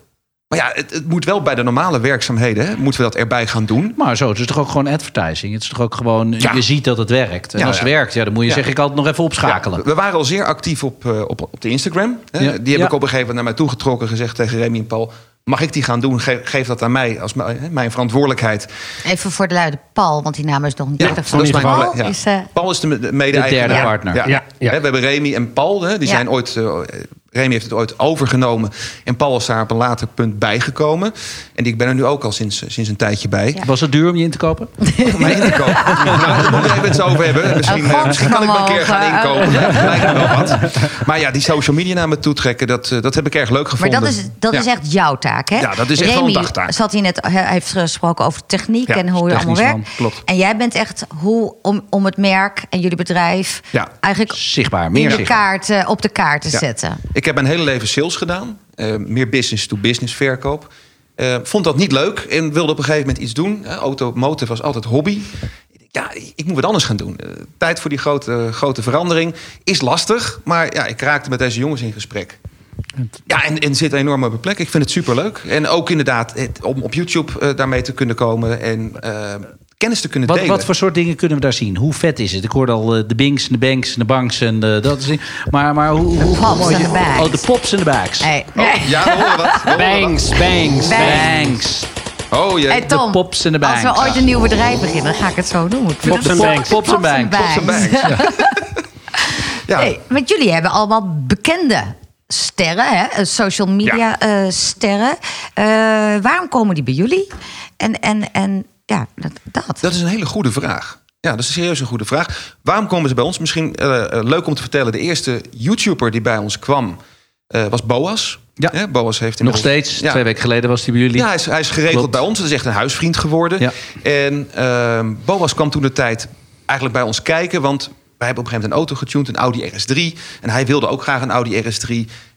Speaker 3: Maar ja, het, het moet wel bij de normale werkzaamheden. Hè, moeten we dat erbij gaan doen.
Speaker 2: Maar zo, het is toch ook gewoon advertising? Het is toch ook gewoon,
Speaker 3: Ja.
Speaker 2: je ziet dat het werkt. En
Speaker 3: Ja,
Speaker 2: als het
Speaker 3: ja.
Speaker 2: werkt, ja, dan moet je
Speaker 3: Ja.
Speaker 2: zeg ik altijd nog even opschakelen.
Speaker 3: Ja, we waren al zeer actief op, eh, op, op de Instagram. Hè.
Speaker 2: Ja.
Speaker 3: Die heb
Speaker 2: Ja.
Speaker 3: ik op een gegeven moment naar mij toegetrokken. Gezegd tegen Remy en Paul. Mag ik die gaan doen? Ge- geef dat aan mij als mijn, hè, mijn verantwoordelijkheid.
Speaker 1: Even voor de luide Paul, want die naam is nog niet
Speaker 3: Ja,
Speaker 1: echt
Speaker 3: dat is mijn
Speaker 1: Paul
Speaker 3: probleem, ja.
Speaker 1: is, eh,
Speaker 3: Paul is de me- de
Speaker 2: De
Speaker 3: mede-eigenaar.
Speaker 2: derde
Speaker 1: Ja.
Speaker 2: partner.
Speaker 3: Ja.
Speaker 4: Ja, ja.
Speaker 3: Hè, We hebben Remy en Paul. Hè, die
Speaker 1: Ja.
Speaker 3: zijn ooit, eh, Remy heeft het ooit overgenomen. En Paul is daar op een later punt bijgekomen. En ik ben er nu ook al sinds, eh, sinds een tijdje bij.
Speaker 1: Ja.
Speaker 2: Was het duur om je in te kopen?
Speaker 3: Om mij in te kopen. nou, daar moeten we even het zo over hebben. Misschien,
Speaker 1: Een
Speaker 3: eh, misschien kan ik me een keer gaan
Speaker 1: godsvermogen.
Speaker 3: inkopen. Dat lijkt me wel wat. Maar ja, die social media naar me toe trekken, dat, eh, dat heb ik erg leuk
Speaker 1: Maar
Speaker 3: gevonden.
Speaker 1: dat is, dat
Speaker 3: Ja.
Speaker 1: is echt jouw taak, hè?
Speaker 3: Ja, dat is echt wel een
Speaker 1: Remy
Speaker 3: dagtaak.
Speaker 1: Zat hij net, hij heeft gesproken over techniek
Speaker 3: Ja,
Speaker 1: en hoe je
Speaker 2: technisch
Speaker 1: allemaal werkt.
Speaker 2: man, klopt.
Speaker 1: En jij bent echt hoe om, om het merk en jullie bedrijf
Speaker 3: Ja,
Speaker 1: eigenlijk
Speaker 2: Zichtbaar,
Speaker 1: in
Speaker 2: meer
Speaker 1: de
Speaker 2: zichtbaar.
Speaker 1: kaart, eh, op de kaart te
Speaker 3: Ja.
Speaker 1: zetten.
Speaker 3: Ik heb mijn hele leven sales gedaan. Eh, meer business-to-business verkoop. Eh, vond dat niet leuk en wilde op een gegeven moment iets doen. Eh, automotive was altijd hobby. Ja, ik moet wat anders gaan doen. Eh, tijd voor die grote, grote verandering is lastig. Maar ja, ik raakte met deze jongens in gesprek. Ja, en, en zit enorm op mijn plek. Ik vind het superleuk. En ook inderdaad het, om op YouTube eh, daarmee te kunnen komen. En eh, kennis te kunnen
Speaker 2: Wat,
Speaker 3: delen.
Speaker 2: wat voor soort dingen kunnen we daar zien? Hoe vet is het? Ik hoorde al eh, de Bings, en de Banks, en de Banks en eh, dat soort dingen. Maar, maar hoe, hoe, hoe
Speaker 1: pops en de bags.
Speaker 2: Oh, de pops en de bags.
Speaker 1: Hey.
Speaker 3: Oh, ja, we horen wat. We horen wat.
Speaker 4: Bangs, bangs,
Speaker 2: Banks.
Speaker 4: bangs.
Speaker 3: Oh, jee.
Speaker 1: Hey, Tom,
Speaker 2: de pops en de
Speaker 1: als we
Speaker 2: banks.
Speaker 1: ooit een nieuw bedrijf beginnen, dan ga ik het zo doen. Ik vind
Speaker 4: Pops
Speaker 1: het
Speaker 4: en
Speaker 1: zo-
Speaker 4: banks.
Speaker 2: Pops en banks.
Speaker 1: banks.
Speaker 3: Ja.
Speaker 1: Hey, want jullie hebben allemaal bekende sterren, hè? eh, social media eh, sterren. Eh, waarom komen die bij jullie? En, en, en ja, dat. dat.
Speaker 3: Dat is een hele goede vraag. Ja, dat is serieus een goede vraag. Waarom komen ze bij ons? Misschien eh, eh, leuk om te vertellen. De eerste YouTuber die bij ons kwam eh, was Boas.
Speaker 2: Ja.
Speaker 3: Hè, Boas heeft
Speaker 2: Nog
Speaker 3: inmiddels-
Speaker 2: steeds.
Speaker 3: Ja.
Speaker 2: Twee weken geleden was die bij jullie.
Speaker 3: Ja, hij is, hij is geregeld
Speaker 2: Klopt.
Speaker 3: bij ons. Dat is echt een huisvriend geworden.
Speaker 2: Ja.
Speaker 3: En ehm, Boas kwam toen de tijd eigenlijk bij ons kijken. Want wij hebben op een gegeven moment een auto getuned, een Audi RS3. En hij wilde ook graag een Audi RS3.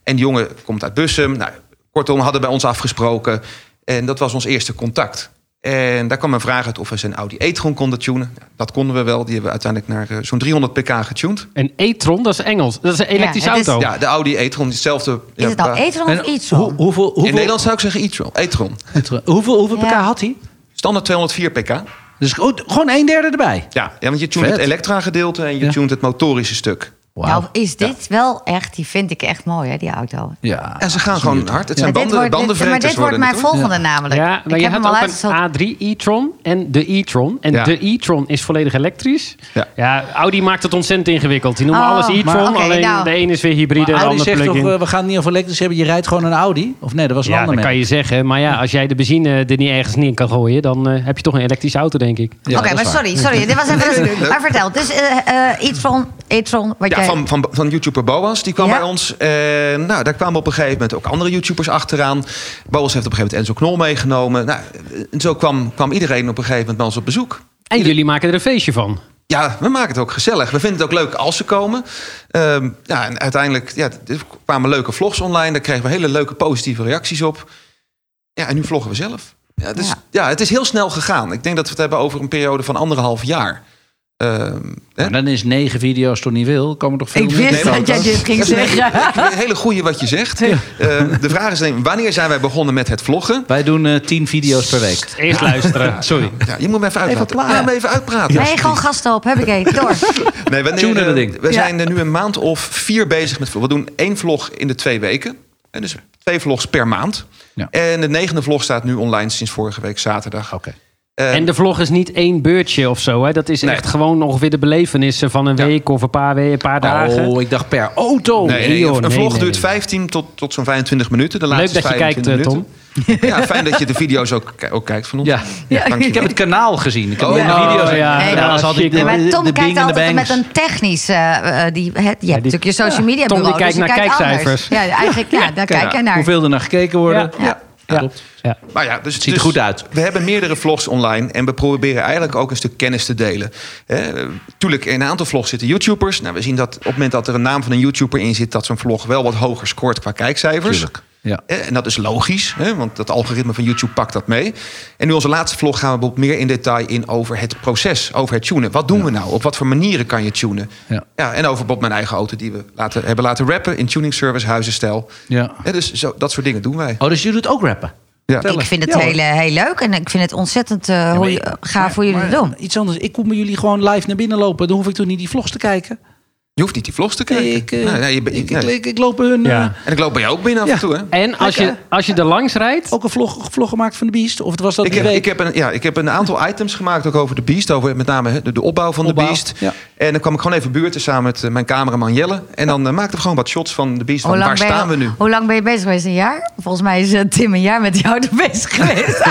Speaker 3: En die jongen komt uit Bussum. Nou, kortom, hadden bij ons afgesproken. En dat was ons eerste contact. En daar kwam een vraag uit of we zijn Audi e-tron konden tunen. Nou, Dat konden we wel. Die hebben we uiteindelijk naar eh, zo'n 300 pk getuned.
Speaker 4: Een e-tron, dat is Engels. Dat is een elektrissch
Speaker 1: het is-
Speaker 2: Oh.
Speaker 4: auto.
Speaker 3: Ja, de Audi e-tron, hetzelfde.
Speaker 1: Is het
Speaker 3: eh,
Speaker 1: al eten
Speaker 2: En
Speaker 1: of iets?
Speaker 2: hoe-
Speaker 1: hoor?
Speaker 2: hoeveel, hoeveel,
Speaker 3: In Nederland zou ik zeggen e-tron. e-tron.
Speaker 2: Hoeveel, hoeveel
Speaker 1: Ja.
Speaker 2: pk had hij?
Speaker 3: Standaard 204 pk.
Speaker 2: Dus oh, gewoon een derde erbij.
Speaker 3: Ja, ja want je tunt
Speaker 2: Vet.
Speaker 3: het elektra-gedeelte en je
Speaker 2: Ja.
Speaker 3: tunt het motorische stuk.
Speaker 1: Nou, is dit wel echt, die vind ik echt mooi, hè, die auto.
Speaker 2: Ja.
Speaker 3: En ze gaan gewoon hard. Het zijn
Speaker 1: Maar dit
Speaker 3: banden,
Speaker 1: wordt- dit- maar
Speaker 3: bandenvreters
Speaker 1: dit wordt
Speaker 3: worden
Speaker 1: mijn
Speaker 3: het, hoor.
Speaker 1: volgende namelijk.
Speaker 4: Ja, maar
Speaker 1: ik
Speaker 4: je
Speaker 1: heb
Speaker 4: hebt
Speaker 1: hem al
Speaker 4: ook
Speaker 1: uitgesteld.
Speaker 4: een A3 e-tron en de e-tron. En
Speaker 3: Ja.
Speaker 4: de e-tron is volledig elektrisch.
Speaker 3: Ja.
Speaker 4: Ja. Audi maakt het ontzettend ingewikkeld. Die noemen
Speaker 1: Oh,
Speaker 4: alles e-tron,
Speaker 1: maar- oké,
Speaker 4: alleen
Speaker 1: nou.
Speaker 4: de een is weer hybride,
Speaker 2: Maar
Speaker 4: de
Speaker 2: Audi
Speaker 4: ander
Speaker 2: zegt toch,
Speaker 4: plug-in.
Speaker 2: eh, we gaan niet over elektrisch hebben. Je rijdt gewoon een Audi? Of nee, dat was een
Speaker 4: ja,
Speaker 2: ander
Speaker 4: dat kan
Speaker 2: merk.
Speaker 4: je zeggen. Maar ja, als jij de benzine er niet ergens neer kan gooien, dan eh, heb je toch een elektrische auto, denk ik.
Speaker 2: Ja,
Speaker 1: Oké,
Speaker 2: dat is
Speaker 1: maar
Speaker 2: waar.
Speaker 1: sorry, sorry. Dit was even.
Speaker 3: nee, nee.
Speaker 1: maar vertel, dus eh, eh, iets van. Etron, wat
Speaker 3: Ja,
Speaker 1: jij.
Speaker 3: van, van, van YouTuber Boas, die kwam
Speaker 1: Ja.
Speaker 3: bij ons. En nou, daar kwamen op een gegeven moment ook andere YouTubers achteraan. Boas heeft op een gegeven moment Enzo Knol meegenomen. Nou, en zo kwam, kwam iedereen op een gegeven moment bij ons op bezoek.
Speaker 4: En jullie maken er een feestje van.
Speaker 3: Ja, we maken het ook gezellig. We vinden het ook leuk als ze komen. Ehm, ja, en uiteindelijk ja, er kwamen leuke vlogs online. Daar kregen we hele leuke positieve reacties op. Ja, en nu vloggen we zelf. Ja, het, is, ja.
Speaker 1: Ja.
Speaker 3: het is heel snel gegaan. Ik denk dat we het hebben over een periode van anderhalf jaar. Ehm, hè?
Speaker 2: Maar dan is negen video's toch niet veel? Komen toch veel
Speaker 1: Ik
Speaker 2: meer?
Speaker 1: wist
Speaker 3: Nee, maar
Speaker 1: dat jij dit ging
Speaker 3: Dat is een
Speaker 1: zeggen.
Speaker 3: hele- Een hele goede wat je zegt. Ehm, de vraag is alleen, wanneer zijn wij begonnen met het vloggen?
Speaker 2: Wij doen eh, tien video's per week.
Speaker 4: Eerst luisteren.
Speaker 2: Sorry.
Speaker 3: Ja, je moet me even uitpraten. Laat me even uitpraten.
Speaker 1: Nee, gewoon gasten op. Heb ik één. Door.
Speaker 3: Nee, we,
Speaker 2: Tunen
Speaker 3: eh,
Speaker 2: dat ding.
Speaker 3: we zijn er nu een maand of vier bezig met vloggen. We doen één vlog in de twee weken. En dus twee vlogs per maand.
Speaker 2: Ja.
Speaker 3: En de negende vlog staat nu online sinds vorige week zaterdag.
Speaker 2: Oké.
Speaker 3: Eh,
Speaker 4: En de vlog is niet één beurtje of zo. Hè? Dat is
Speaker 3: Nee.
Speaker 4: echt gewoon ongeveer de belevenissen van een
Speaker 3: Ja.
Speaker 4: week of een paar, we- een paar dagen.
Speaker 2: Oh, ik dacht per auto.
Speaker 3: nee, nee,
Speaker 4: nee, joh,
Speaker 3: een
Speaker 4: nee,
Speaker 3: vlog
Speaker 4: nee,
Speaker 3: duurt
Speaker 4: nee.
Speaker 3: 15 tot, tot zo'n 25 minuten. De
Speaker 4: Leuk
Speaker 3: laatste
Speaker 4: dat je kijkt,
Speaker 3: 25
Speaker 4: eh, Tom.
Speaker 3: minuten. Ja, fijn dat je de video's ook, ook kijkt van ons.
Speaker 2: Ja.
Speaker 3: Ja, dankjewel.
Speaker 2: Ik heb het kanaal gezien. Ik heb
Speaker 3: Oh,
Speaker 2: alleen
Speaker 3: ja.
Speaker 2: de video's.
Speaker 4: Oh, ja.
Speaker 2: En
Speaker 1: Ja,
Speaker 2: dan was
Speaker 4: chic,
Speaker 2: altijd de,
Speaker 4: hoor.
Speaker 1: maar Tom
Speaker 2: de
Speaker 1: kijkt
Speaker 2: Bing en de
Speaker 1: altijd
Speaker 2: Bangs.
Speaker 1: met een technisch. eh, eh, die, het, je hebt natuurlijk je social media
Speaker 4: Tom die
Speaker 1: bureau.
Speaker 4: kijkt
Speaker 1: dus je
Speaker 4: naar
Speaker 1: kijkt
Speaker 4: kijkcijfers.
Speaker 1: Anders. Ja, eigenlijk, ja, daar kijk jij naar.
Speaker 2: Hoeveel er naar gekeken worden.
Speaker 4: Ja.
Speaker 1: Ja.
Speaker 4: Ja.
Speaker 2: klopt.
Speaker 4: Ja.
Speaker 3: Maar ja, dus, het
Speaker 2: ziet er goed uit.
Speaker 3: We hebben meerdere vlogs online en we proberen eigenlijk ook een stuk kennis te delen. Hè, eh, tuurlijk, in een aantal vlogs zitten YouTubers. Nou, we zien dat op het moment dat er een naam van een YouTuber in zit, dat zo'n vlog wel wat hoger scoort qua kijkcijfers.
Speaker 2: Tuurlijk, ja.
Speaker 3: Eh, En dat is logisch, hè, want dat algoritme van YouTube pakt dat mee. En nu onze laatste vlog gaan we bijvoorbeeld meer in detail in over het proces, over het tunen. Wat doen we nou? Op wat voor manieren kan je tunen?
Speaker 2: Ja.
Speaker 3: en over bijvoorbeeld mijn eigen auto die we laten, hebben laten rappen in tuning service, huizenstijl.
Speaker 2: Ja.
Speaker 3: Hè, dus zo, dat soort dingen doen wij.
Speaker 2: Oh, dus je doet ook rappen?
Speaker 3: Ja.
Speaker 2: Vertel
Speaker 1: Ik
Speaker 2: eens.
Speaker 1: vind het
Speaker 2: Ja, hoor.
Speaker 1: heel, eh, heel leuk en ik vind het ontzettend eh,
Speaker 2: Ja,
Speaker 1: hoe
Speaker 2: maar
Speaker 1: je-
Speaker 2: ik-
Speaker 1: gaaf
Speaker 2: maar-
Speaker 1: voor jullie
Speaker 2: maar eh,
Speaker 1: te doen.
Speaker 2: Iets anders. Ik kom bij jullie gewoon live naar binnen lopen. Dan hoef ik toch niet die vlogs te kijken.
Speaker 3: Je hoeft niet die vlogs te kijken.
Speaker 2: Ik, eh,
Speaker 3: Nee, nee, je bent-
Speaker 2: ik,
Speaker 3: nee.
Speaker 2: ik, ik, ik loop bij hun.
Speaker 4: Ja.
Speaker 2: eh,
Speaker 3: En ik loop bij jou ook binnen af
Speaker 2: Ja.
Speaker 3: en toe, hè?
Speaker 4: En als je, als je er langs rijdt,
Speaker 2: ook een vlog, vlog gemaakt van de Beast. Of het was dat
Speaker 3: Ik
Speaker 2: die
Speaker 3: heb,
Speaker 2: week?
Speaker 3: ik, heb een, ja, ik heb een aantal items gemaakt ook over de Beast. Over met name hè, de, de opbouw van
Speaker 2: Opbouw,
Speaker 3: de Beast.
Speaker 2: ja.
Speaker 3: En dan kwam ik gewoon even buurten samen met eh, mijn cameraman Jelle. En dan eh, maakten we gewoon wat shots van de Beast. Van, waar
Speaker 1: ben je,
Speaker 3: staan we nu?
Speaker 1: Hoe lang ben je bezig geweest? Een jaar? Volgens mij is eh, Tim een jaar met jou er bezig geweest.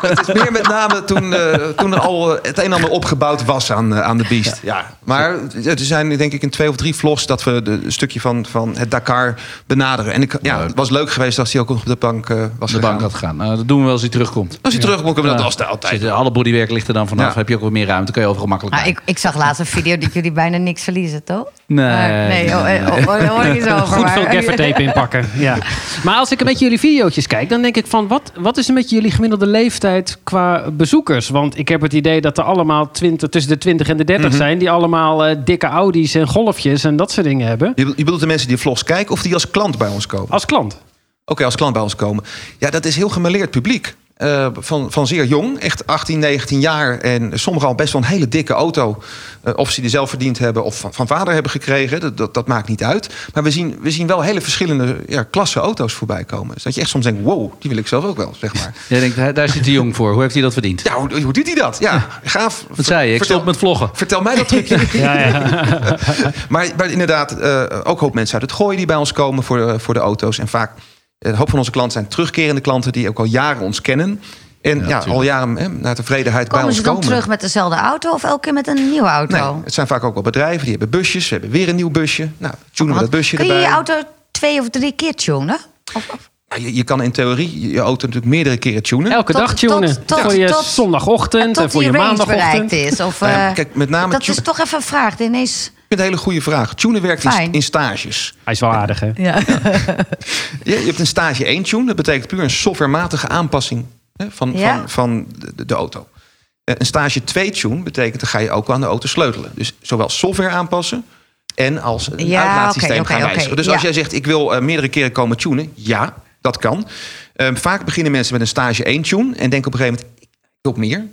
Speaker 3: Het is meer met name toen, eh, toen er al eh, het een en ander opgebouwd was aan, eh, aan de Beast. Ja. Maar eh, er zijn denk ik in twee of drie vlogs dat we de, een stukje van, van het Dakar benaderen. En ik, ja, het was leuk geweest als hij ook op de bank eh, was
Speaker 2: de
Speaker 3: gegaan.
Speaker 2: bank had gaan. Nou, dat doen we wel als hij terugkomt.
Speaker 3: Als hij terugkomt, kunnen we dat
Speaker 2: Ja.
Speaker 3: altijd. altijd.
Speaker 2: Zit- alle bodywerk ligt er dan vanaf.
Speaker 3: Ja.
Speaker 2: Heb je ook wat meer ruimte. Kan je overal makkelijk
Speaker 1: Nou,
Speaker 2: bij.
Speaker 1: ik, ik zag laatst een video dat jullie bijna niks verliezen, toch?
Speaker 2: Nee.
Speaker 1: Maar- nee, oh, eh, oh, oh, daar hoor ik iets over.
Speaker 4: goed
Speaker 1: maar-
Speaker 4: veel gaffertape inpakken. Ja. Maar als ik een beetje jullie video's kijk, dan denk ik van... Wat, wat is een beetje jullie gemiddelde leeftijd qua bezoekers? Want ik heb het idee dat er allemaal 20, tussen de 20 en de 30
Speaker 3: Mhm.
Speaker 4: zijn... die allemaal eh, dikke Audi's en golfjes en dat soort dingen hebben.
Speaker 3: Je, bedoelt- je bedoelt de mensen die vlogs kijken of die als klant bij ons
Speaker 2: Oh.
Speaker 3: komen?
Speaker 4: Als klant.
Speaker 3: Oké, als klant bij ons komen. Ja, dat is heel gemêleerd publiek. Eh, van, van zeer jong, echt 18, 19 jaar. En sommigen al best wel een hele dikke auto. Eh, of ze die zelf verdiend hebben of van, van vader hebben gekregen. Dat, dat, dat maakt niet uit. Maar we zien, we zien wel hele verschillende ja, klasse auto's voorbij komen. Dus dat je echt soms denkt, wow, die wil ik zelf ook wel, zeg maar.
Speaker 2: Jij denkt, hij- daar zit hij jong voor. Hoe heeft hij dat verdiend?
Speaker 3: Ja, hoe, hoe doet hij dat? Ja, gaaf.
Speaker 2: Wat zei je? Ik
Speaker 3: Vertel-
Speaker 2: stop met vloggen.
Speaker 3: Vertel mij dat trucje.
Speaker 4: Ja, ja.
Speaker 3: Maar, maar inderdaad, eh, ook een hoop mensen uit het gooien die bij ons komen voor, de- voor de auto's. En vaak, eh, een hoop van onze klanten zijn terugkerende klanten die ook al jaren ons kennen. En ja, al jaren hè, naar tevredenheid bij
Speaker 1: Komen
Speaker 3: ons
Speaker 1: ze dan
Speaker 3: komen.
Speaker 1: terug met dezelfde auto of elke keer met een nieuwe auto?
Speaker 3: Nee, het zijn vaak ook wel bedrijven die hebben busjes. We hebben weer een nieuw busje. Nou, tunen we dat busje
Speaker 1: Kun je
Speaker 3: erbij.
Speaker 1: je auto twee of drie keer tunen? Of, of-
Speaker 3: Ja, je, je kan in theorie je- je auto natuurlijk meerdere keren tunen.
Speaker 4: Elke
Speaker 1: Tot-
Speaker 4: dag tunen.
Speaker 1: tot- tot-
Speaker 4: voor je
Speaker 1: tot-
Speaker 4: zondagochtend en
Speaker 1: tot
Speaker 4: voor
Speaker 1: die
Speaker 4: je
Speaker 1: range
Speaker 4: maandagochtend.
Speaker 1: bereikt is? Of,
Speaker 3: Nou ja,
Speaker 1: eh,
Speaker 3: kijk, met name
Speaker 1: dat
Speaker 3: tu-
Speaker 1: is toch even een vraag. die Ineens,
Speaker 3: Ik vind het een hele goede vraag. Tunen werkt in,
Speaker 1: Fijn.
Speaker 3: in stages.
Speaker 4: Hij is wel aardig, hè?
Speaker 1: ja.
Speaker 3: Je, je hebt een stage 1 tune. Dat betekent puur een softwarematige aanpassing hè, van,
Speaker 1: Ja.
Speaker 3: van, van de, de auto. Eh, Een stage 2 tune betekent dan ga je ook aan de auto sleutelen. Dus zowel software aanpassen en als een
Speaker 1: Ja,
Speaker 3: uitlaatsysteem
Speaker 1: oké, oké,
Speaker 3: gaan
Speaker 1: oké,
Speaker 3: wijzigen. dus als
Speaker 1: ja.
Speaker 3: jij zegt ik wil eh, meerdere keren komen tunen, ja, dat kan. Ehm, vaak beginnen mensen met een stage 1 tune en denken op een gegeven moment ik wil meer.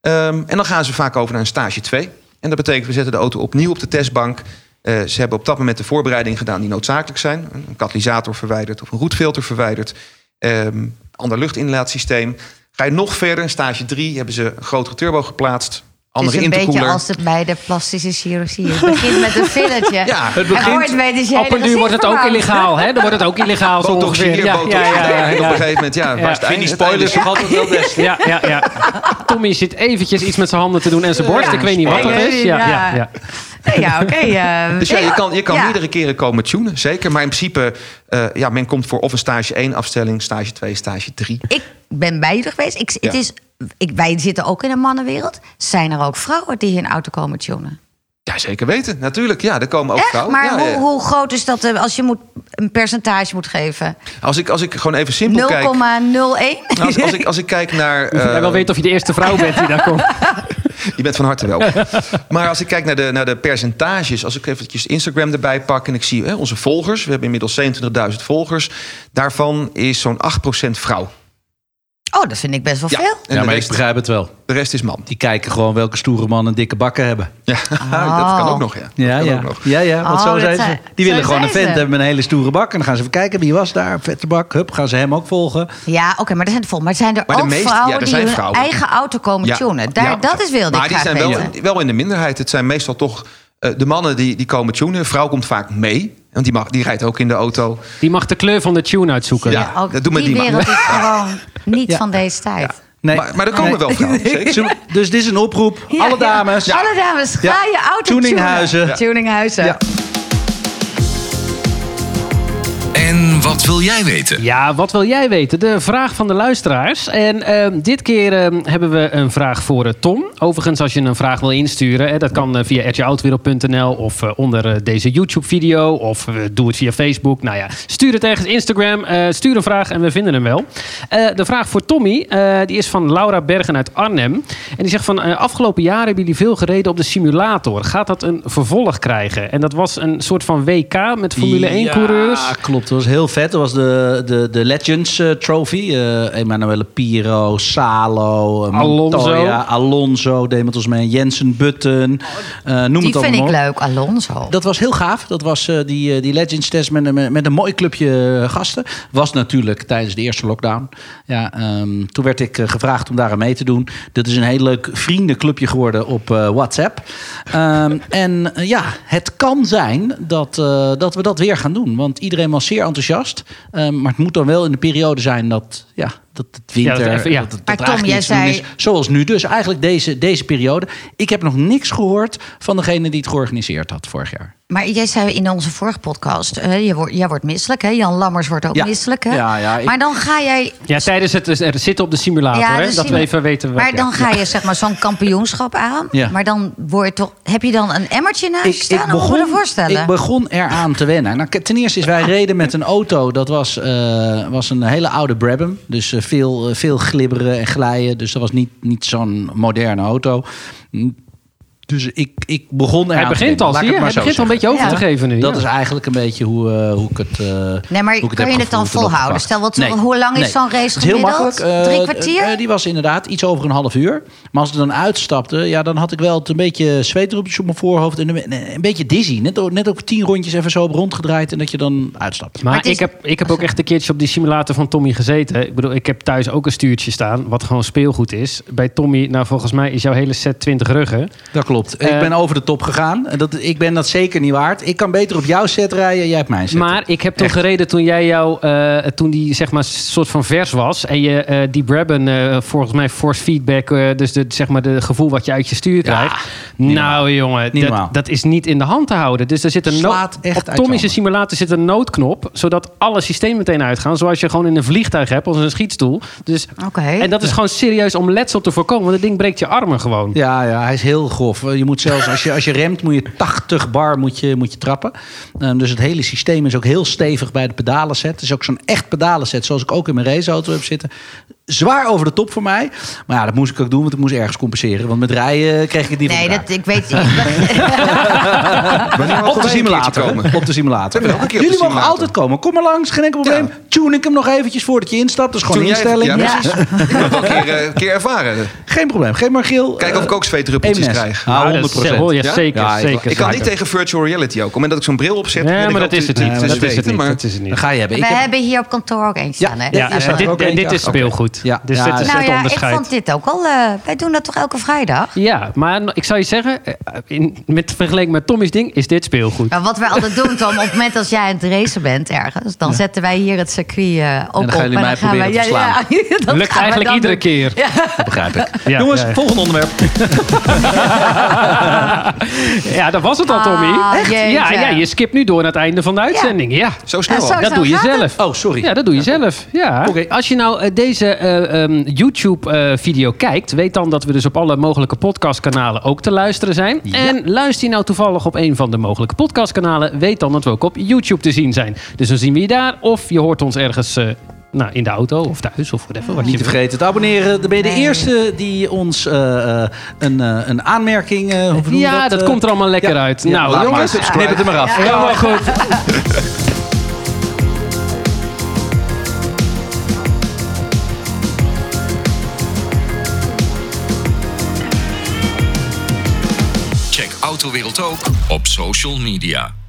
Speaker 3: Ehm, en dan gaan ze vaak over naar een stage 2. En dat betekent we zetten de auto opnieuw op de testbank. Eh, ze hebben op dat moment de voorbereidingen gedaan die noodzakelijk zijn. Een katalysator verwijderd of een roetfilter verwijderd. Ehm ander luchtinlaatsysteem. Ga je nog verder, in stage 3 hebben ze een grotere turbo geplaatst.
Speaker 1: Het is
Speaker 3: Andere
Speaker 1: een beetje
Speaker 3: intercooler.
Speaker 1: als het bij de plastische chirurgie. Het begint met een filletje.
Speaker 3: Ja, het
Speaker 1: En
Speaker 3: begint-
Speaker 1: ooit weet dus is je
Speaker 4: Op
Speaker 1: hele
Speaker 4: en nu wordt het ook
Speaker 1: gezicht
Speaker 4: illegaal, hè? Dan wordt het ook illegaal zo
Speaker 3: Botox hier,
Speaker 4: ongeveer. Ja,
Speaker 3: botox
Speaker 4: ja, ja,
Speaker 3: daar.
Speaker 4: ja,
Speaker 3: En op een
Speaker 4: ja.
Speaker 3: gegeven moment, ja, waar is het
Speaker 2: Vind
Speaker 3: einde?
Speaker 2: die
Speaker 3: Het einde
Speaker 2: spoilers
Speaker 3: is-
Speaker 2: toch altijd wel best?
Speaker 4: Ja, ja, ja. Tommy zit eventjes iets met zijn handen te doen en zijn borst.
Speaker 1: Ja,
Speaker 4: ik weet niet wat dat
Speaker 1: spannend.
Speaker 4: is. Ja, ja, ja.
Speaker 1: Ja. verbrand. Ja, oké. eh,
Speaker 3: Dus ja, je kan, je kan
Speaker 1: ja.
Speaker 3: meerdere keren komen tunen, zeker. Maar in principe, eh, ja, men komt voor of een stage 1 afstelling, stage 2, stage 3.
Speaker 1: Ik ben bij jullie geweest. Ik, het
Speaker 3: Ja.
Speaker 1: is, ik, wij zitten ook in een mannenwereld. Zijn er ook vrouwen die hun auto komen tunen?
Speaker 3: Ja, zeker weten. Natuurlijk, ja, er komen ook
Speaker 1: Echt?
Speaker 3: vrouwen.
Speaker 1: Maar
Speaker 3: Ja,
Speaker 1: hoe,
Speaker 3: ja.
Speaker 1: hoe groot is dat eh, als je moet, een percentage moet geven? 0,01?
Speaker 3: Als, ik, als ik gewoon even simpel kijk... Als, als, ik, als ik kijk naar... eh,
Speaker 2: nou
Speaker 4: Jij wil weten of je de eerste vrouw bent die daar komt.
Speaker 3: je bent van harte welkom. maar als ik kijk naar de, naar de percentages... als ik eventjes Instagram erbij pak en ik zie hè, onze volgers... we hebben inmiddels 27.000 volgers... daarvan is zo'n 8% vrouw.
Speaker 1: Oh, dat vind ik best wel veel.
Speaker 3: en
Speaker 2: Ja,
Speaker 3: de,
Speaker 2: maar ik
Speaker 3: rest,
Speaker 2: begrijp het wel.
Speaker 3: de rest is man.
Speaker 2: Die kijken gewoon welke stoere mannen dikke bakken hebben.
Speaker 3: Ja, dat kan ook nog, ja.
Speaker 2: Ja,
Speaker 3: dat kan
Speaker 2: ja.
Speaker 3: ook nog.
Speaker 2: ja, ja. Want
Speaker 1: Oh,
Speaker 2: zo
Speaker 1: dat
Speaker 2: zijn ze.
Speaker 1: zijn-
Speaker 2: Die
Speaker 1: zo
Speaker 2: willen gewoon een
Speaker 1: zijn
Speaker 2: vent
Speaker 1: ze.
Speaker 2: hebben met een hele stoere bak. En dan gaan ze even kijken wie was daar. Vette bak. Hup, gaan ze hem ook volgen.
Speaker 1: Ja, oké, maar er zijn er vol. Maar zijn er
Speaker 3: Maar de
Speaker 1: ook
Speaker 3: meeste-
Speaker 1: vrouwen
Speaker 3: ja, er
Speaker 1: die
Speaker 3: zijn
Speaker 1: hun
Speaker 3: vrouwen.
Speaker 1: eigen auto komen tunen? Daar,
Speaker 3: ja.
Speaker 1: Dat is wilde
Speaker 3: Maar
Speaker 1: ik
Speaker 3: die
Speaker 1: graag
Speaker 3: zijn
Speaker 1: weten.
Speaker 3: wel, wel in de minderheid. Het zijn meestal toch eh, de mannen die, die komen tunen. Een vrouw komt vaak mee. Want die, mag, die rijdt ook in de auto.
Speaker 4: Die mag de kleur van de tune uitzoeken.
Speaker 3: Ja.
Speaker 1: Ja, ook
Speaker 3: dat doen we
Speaker 1: die
Speaker 3: die maar.
Speaker 1: wereld is gewoon niet
Speaker 2: Ja.
Speaker 1: van deze tijd.
Speaker 2: Nee.
Speaker 3: Maar, maar er komen
Speaker 2: Nee.
Speaker 3: wel vrouwen. zeker.
Speaker 2: Zo- Dus dit is een oproep.
Speaker 1: Ja,
Speaker 2: Alle
Speaker 1: ja.
Speaker 2: dames.
Speaker 1: Alle dames, ga
Speaker 2: Ja.
Speaker 1: je auto
Speaker 2: Tuninghuizen.
Speaker 1: tunen. Tuninghuizen.
Speaker 2: Ja.
Speaker 5: En Wat wil jij weten?
Speaker 4: Ja, wat wil jij weten? De vraag van de luisteraars. En ehm, dit keer ehm, hebben we een vraag voor eh, Tom. Overigens, als je een vraag wil insturen, hè, dat kan eh, via atjeoutwereld.nl of eh, onder eh, deze YouTube-video. Of eh, doe het via Facebook. Nou ja, stuur het ergens Instagram. eh, stuur een vraag en we vinden hem wel. Eh, de vraag voor Tommy, eh, die is van Laura Bergen uit Arnhem. En die zegt van, eh, afgelopen jaren hebben jullie veel gereden op de simulator. Gaat dat een vervolg krijgen? En dat was een soort van WK met Formule 1-coureurs.
Speaker 2: Ja, klopt. Dat was heel vet. Dat was de, de, de Legends eh, Trophy. Eh Emanuele Piro, Salo, eh,
Speaker 4: Alonso.
Speaker 2: Montoya, Alonso, Demetrius mee, Jensen Button. eh, noem
Speaker 1: Die
Speaker 2: het
Speaker 1: vind
Speaker 2: allemaal
Speaker 1: ik leuk,
Speaker 2: op.
Speaker 1: Alonso.
Speaker 2: Dat was heel gaaf. Dat was eh, die, eh, die Legends Test met, een- met een mooi clubje eh, gasten. Was natuurlijk tijdens de eerste lockdown. Ja, ehm, toen werd ik eh, gevraagd om daar aan mee te doen. Dat is een heel leuk vriendenclubje geworden op eh, WhatsApp. Ehm, en eh, ja, het kan zijn dat, eh, dat we dat weer gaan doen. Want iedereen was zeer enthousiast. Ehm, maar het moet dan wel in de periode zijn dat... Ja, dat het
Speaker 4: Ja, dat
Speaker 2: winter,
Speaker 4: er even- ja.
Speaker 2: dat het-
Speaker 1: Maar
Speaker 2: dat er
Speaker 1: Tom,
Speaker 2: eigenlijk
Speaker 1: jij
Speaker 2: niks te doen
Speaker 1: zei-
Speaker 2: is. Zoals nu dus, eigenlijk deze, deze periode. Ik heb nog niks gehoord van degene die het georganiseerd had vorig jaar.
Speaker 1: Maar jij zei in onze vorige podcast, eh, je wordt, jij wordt misselijk, hè? Jan Lammers wordt ook
Speaker 2: Ja.
Speaker 1: misselijk, hè?
Speaker 2: Ja, ja, ik-
Speaker 1: Maar dan ga jij...
Speaker 4: Ja, tijdens het er zitten op de simulator, hè?
Speaker 1: dus
Speaker 4: dat
Speaker 1: zie-
Speaker 4: we even weten.
Speaker 1: Maar
Speaker 4: welke-
Speaker 1: dan ga je zeg maar zo'n kampioenschap aan.
Speaker 2: Ja.
Speaker 1: Maar dan word je toch, heb je dan een emmertje naast je staan? Hoe moet je me voorstellen?
Speaker 2: ik begon eraan te wennen. Nou, ten eerste is wij reden met een auto. Dat was, eh, was een hele oude Brabham. Dus eh, veel, eh, veel glibberen en glijden. Dus dat was niet, niet zo'n moderne auto. Hm. Dus ik, ik begon eraan
Speaker 4: hij begint
Speaker 2: te wennen.
Speaker 4: al,
Speaker 2: Laat ik
Speaker 4: zie je?
Speaker 2: het maar
Speaker 4: Hij
Speaker 2: zo
Speaker 4: begint al
Speaker 2: zeggen.
Speaker 4: een beetje over
Speaker 1: Ja.
Speaker 4: te geven nu.
Speaker 2: Dat
Speaker 4: ja.
Speaker 2: is eigenlijk een beetje hoe, eh, hoe ik het. eh,
Speaker 1: Nee, maar
Speaker 2: hoe ik het
Speaker 1: kan
Speaker 2: heb
Speaker 1: je het dan
Speaker 2: gevoeld en
Speaker 1: volhouden?
Speaker 2: opgepakt.
Speaker 1: Stel, wat- hoe lang is zo'n race
Speaker 2: Het is heel
Speaker 1: gemiddeld?
Speaker 2: makkelijk. eh,
Speaker 1: Drie kwartier?
Speaker 2: eh, die was inderdaad iets over een half uur. Maar als ik dan uitstapte, ja, dan had ik wel het een beetje zweetdruppeltjes op mijn voorhoofd. En een, een beetje dizzy. Net, o- net ook tien rondjes even zo op rondgedraaid. En dat je dan uitstapt.
Speaker 4: Maar,
Speaker 1: Maar het is-
Speaker 4: ik, heb, ik heb ook echt een keertje op die simulator van Tommy gezeten. Ik bedoel, ik heb thuis ook een stuurtje staan, wat gewoon speelgoed is. Bij Tommy, nou volgens mij is jouw hele set 20 ruggen.
Speaker 2: Dat klopt.
Speaker 4: Eh,
Speaker 2: ik ben over de top gegaan. En Dat, ik ben dat zeker niet waard. Ik kan beter op jouw set rijden. Jij hebt mijn set.
Speaker 4: Maar ik heb toen gereden toen jij jou, eh, toen die zeg maar soort van vers was. En je eh, die Brabham, eh, volgens mij force feedback, eh, dus de, zeg maar de gevoel wat je uit je stuur krijgt. nou jongen,
Speaker 2: Niet
Speaker 4: dat,
Speaker 2: normaal.
Speaker 4: dat is niet in de hand te houden. Dus er zit een
Speaker 2: Slaat echt uit
Speaker 4: op
Speaker 2: je
Speaker 4: Tommy's
Speaker 2: handen.
Speaker 4: simulator zit een noodknop, zodat alle systemen meteen uitgaan. Zoals je gewoon in een vliegtuig hebt, als een schietstoel. Dus,
Speaker 1: Oké.
Speaker 4: En dat is gewoon serieus om letsel te voorkomen, want dat ding breekt je armen gewoon.
Speaker 2: Ja, ja, hij is heel grof. Je moet zelfs, als je, als je remt, moet je 80 bar moet je, moet je trappen. Ehm, dus het hele systeem is ook heel stevig bij de pedalenset. Het is ook zo'n echt pedalenset, zoals ik ook in mijn raceauto heb zitten. Zwaar over de top voor mij. Maar ja, dat moest ik ook doen, want ik moest ergens compenseren. Want met rijden kreeg ik het niet
Speaker 1: nee,
Speaker 2: voor
Speaker 1: dat, ik weet... Ik,
Speaker 3: Wanneer
Speaker 2: elkaar. Op
Speaker 3: mogen
Speaker 2: de
Speaker 3: wij een keertje
Speaker 2: simulator.
Speaker 3: komen?
Speaker 2: hè? Op de simulator.
Speaker 3: We hebben ook een keer op de
Speaker 2: Jullie mogen
Speaker 3: simulator.
Speaker 2: altijd komen. Kom maar langs, geen enkel probleem.
Speaker 3: Ja.
Speaker 2: Tune ik hem nog eventjes voordat je instapt. Dat is gewoon
Speaker 3: Toen
Speaker 2: een
Speaker 3: jij-
Speaker 2: instelling.
Speaker 3: ja,
Speaker 1: ja.
Speaker 3: Ik wil het wel een keer, eh, een keer ervaren.
Speaker 2: Geen probleem. Geef maar geel. eh,
Speaker 6: Kijken of ik ook zweetdruppeltjes
Speaker 2: EMS.
Speaker 6: krijg.
Speaker 2: Ah,
Speaker 4: Maar
Speaker 2: 100%.
Speaker 4: Nou, dat is- hoor je
Speaker 6: Ja?
Speaker 4: zeker,
Speaker 2: Ja, ik-
Speaker 4: zeker.
Speaker 6: Ik kan niet
Speaker 4: zeker.
Speaker 6: tegen virtual reality ook. Op het moment dat ik zo'n bril opzet...
Speaker 4: Nee,
Speaker 6: weet ik
Speaker 4: maar
Speaker 6: wel
Speaker 4: dat is het
Speaker 6: te-
Speaker 4: niet.
Speaker 6: te
Speaker 4: Dat is het
Speaker 6: zweten,
Speaker 4: niet.
Speaker 6: maar-
Speaker 4: Dat is het
Speaker 2: Dan
Speaker 4: niet.
Speaker 2: ga je hebben.
Speaker 1: we
Speaker 2: Ik heb-
Speaker 1: hebben hier op kantoor ook eentje
Speaker 2: Ja,
Speaker 1: staan, hè?
Speaker 2: ja,
Speaker 4: Ja,
Speaker 1: Dat is
Speaker 4: en
Speaker 1: wel-
Speaker 4: dit, en dit is speelgoed.
Speaker 2: Ja,
Speaker 4: dus
Speaker 2: ja,
Speaker 4: dit
Speaker 2: ja.
Speaker 4: is
Speaker 1: nou
Speaker 4: het
Speaker 1: ja, ik
Speaker 4: onderscheid.
Speaker 1: vond dit ook al... eh, wij doen dat toch elke vrijdag?
Speaker 4: Ja, maar ik zou je zeggen, eh, in, met, vergeleken met Tommy's ding, is dit speelgoed.
Speaker 1: Maar wat wij altijd doen, Tom, op het moment dat jij aan het racen bent ergens... dan zetten wij hier het circuit eh, ook op.
Speaker 2: gaan jullie mij proberen te verslaan.
Speaker 1: ja, dat gaan wij
Speaker 4: Lukt eigenlijk
Speaker 1: dan
Speaker 4: iedere
Speaker 1: doen.
Speaker 4: keer.
Speaker 2: Dat begrijp ik.
Speaker 4: Ja,
Speaker 2: Jongens,
Speaker 4: ja, ja.
Speaker 2: volgende onderwerp.
Speaker 4: Ja, dat was het al, Tommy.
Speaker 1: Ah,
Speaker 4: Echt?
Speaker 1: jeetje.
Speaker 4: Ja, ja, je skipt nu door naar het einde van de uitzending. Ja.
Speaker 6: Zo
Speaker 1: Ja,
Speaker 6: snel
Speaker 1: zo-
Speaker 6: al.
Speaker 4: Dat doe je
Speaker 1: gaat het?
Speaker 4: zelf.
Speaker 2: Oh, sorry.
Speaker 4: Ja, dat doe je zelf. Ja.
Speaker 2: Oké.
Speaker 4: Als je nou eh, ehm, deze YouTube-video kijkt, weet dan dat we dus op alle mogelijke podcastkanalen ook te luisteren zijn. En luister je nou toevallig op een van de mogelijke podcastkanalen, weet dan dat we ook op YouTube te zien zijn. Dus dan zien we je daar of je hoort ons ergens eh, nou, in de auto of thuis of whatever. Wat je
Speaker 2: Niet te vergeten te abonneren. Dan ben je de
Speaker 1: Nee.
Speaker 2: eerste die ons eh, eh, een, eh, een aanmerking... eh, hoe noemen we
Speaker 4: Ja, dat,
Speaker 2: eh,
Speaker 4: komt er allemaal lekker uit.
Speaker 2: ja,
Speaker 4: nou,
Speaker 2: laat maar.
Speaker 4: jongens.
Speaker 2: Knip het er maar af.
Speaker 4: Helemaal goed.
Speaker 5: Check Autowereld ook op social media.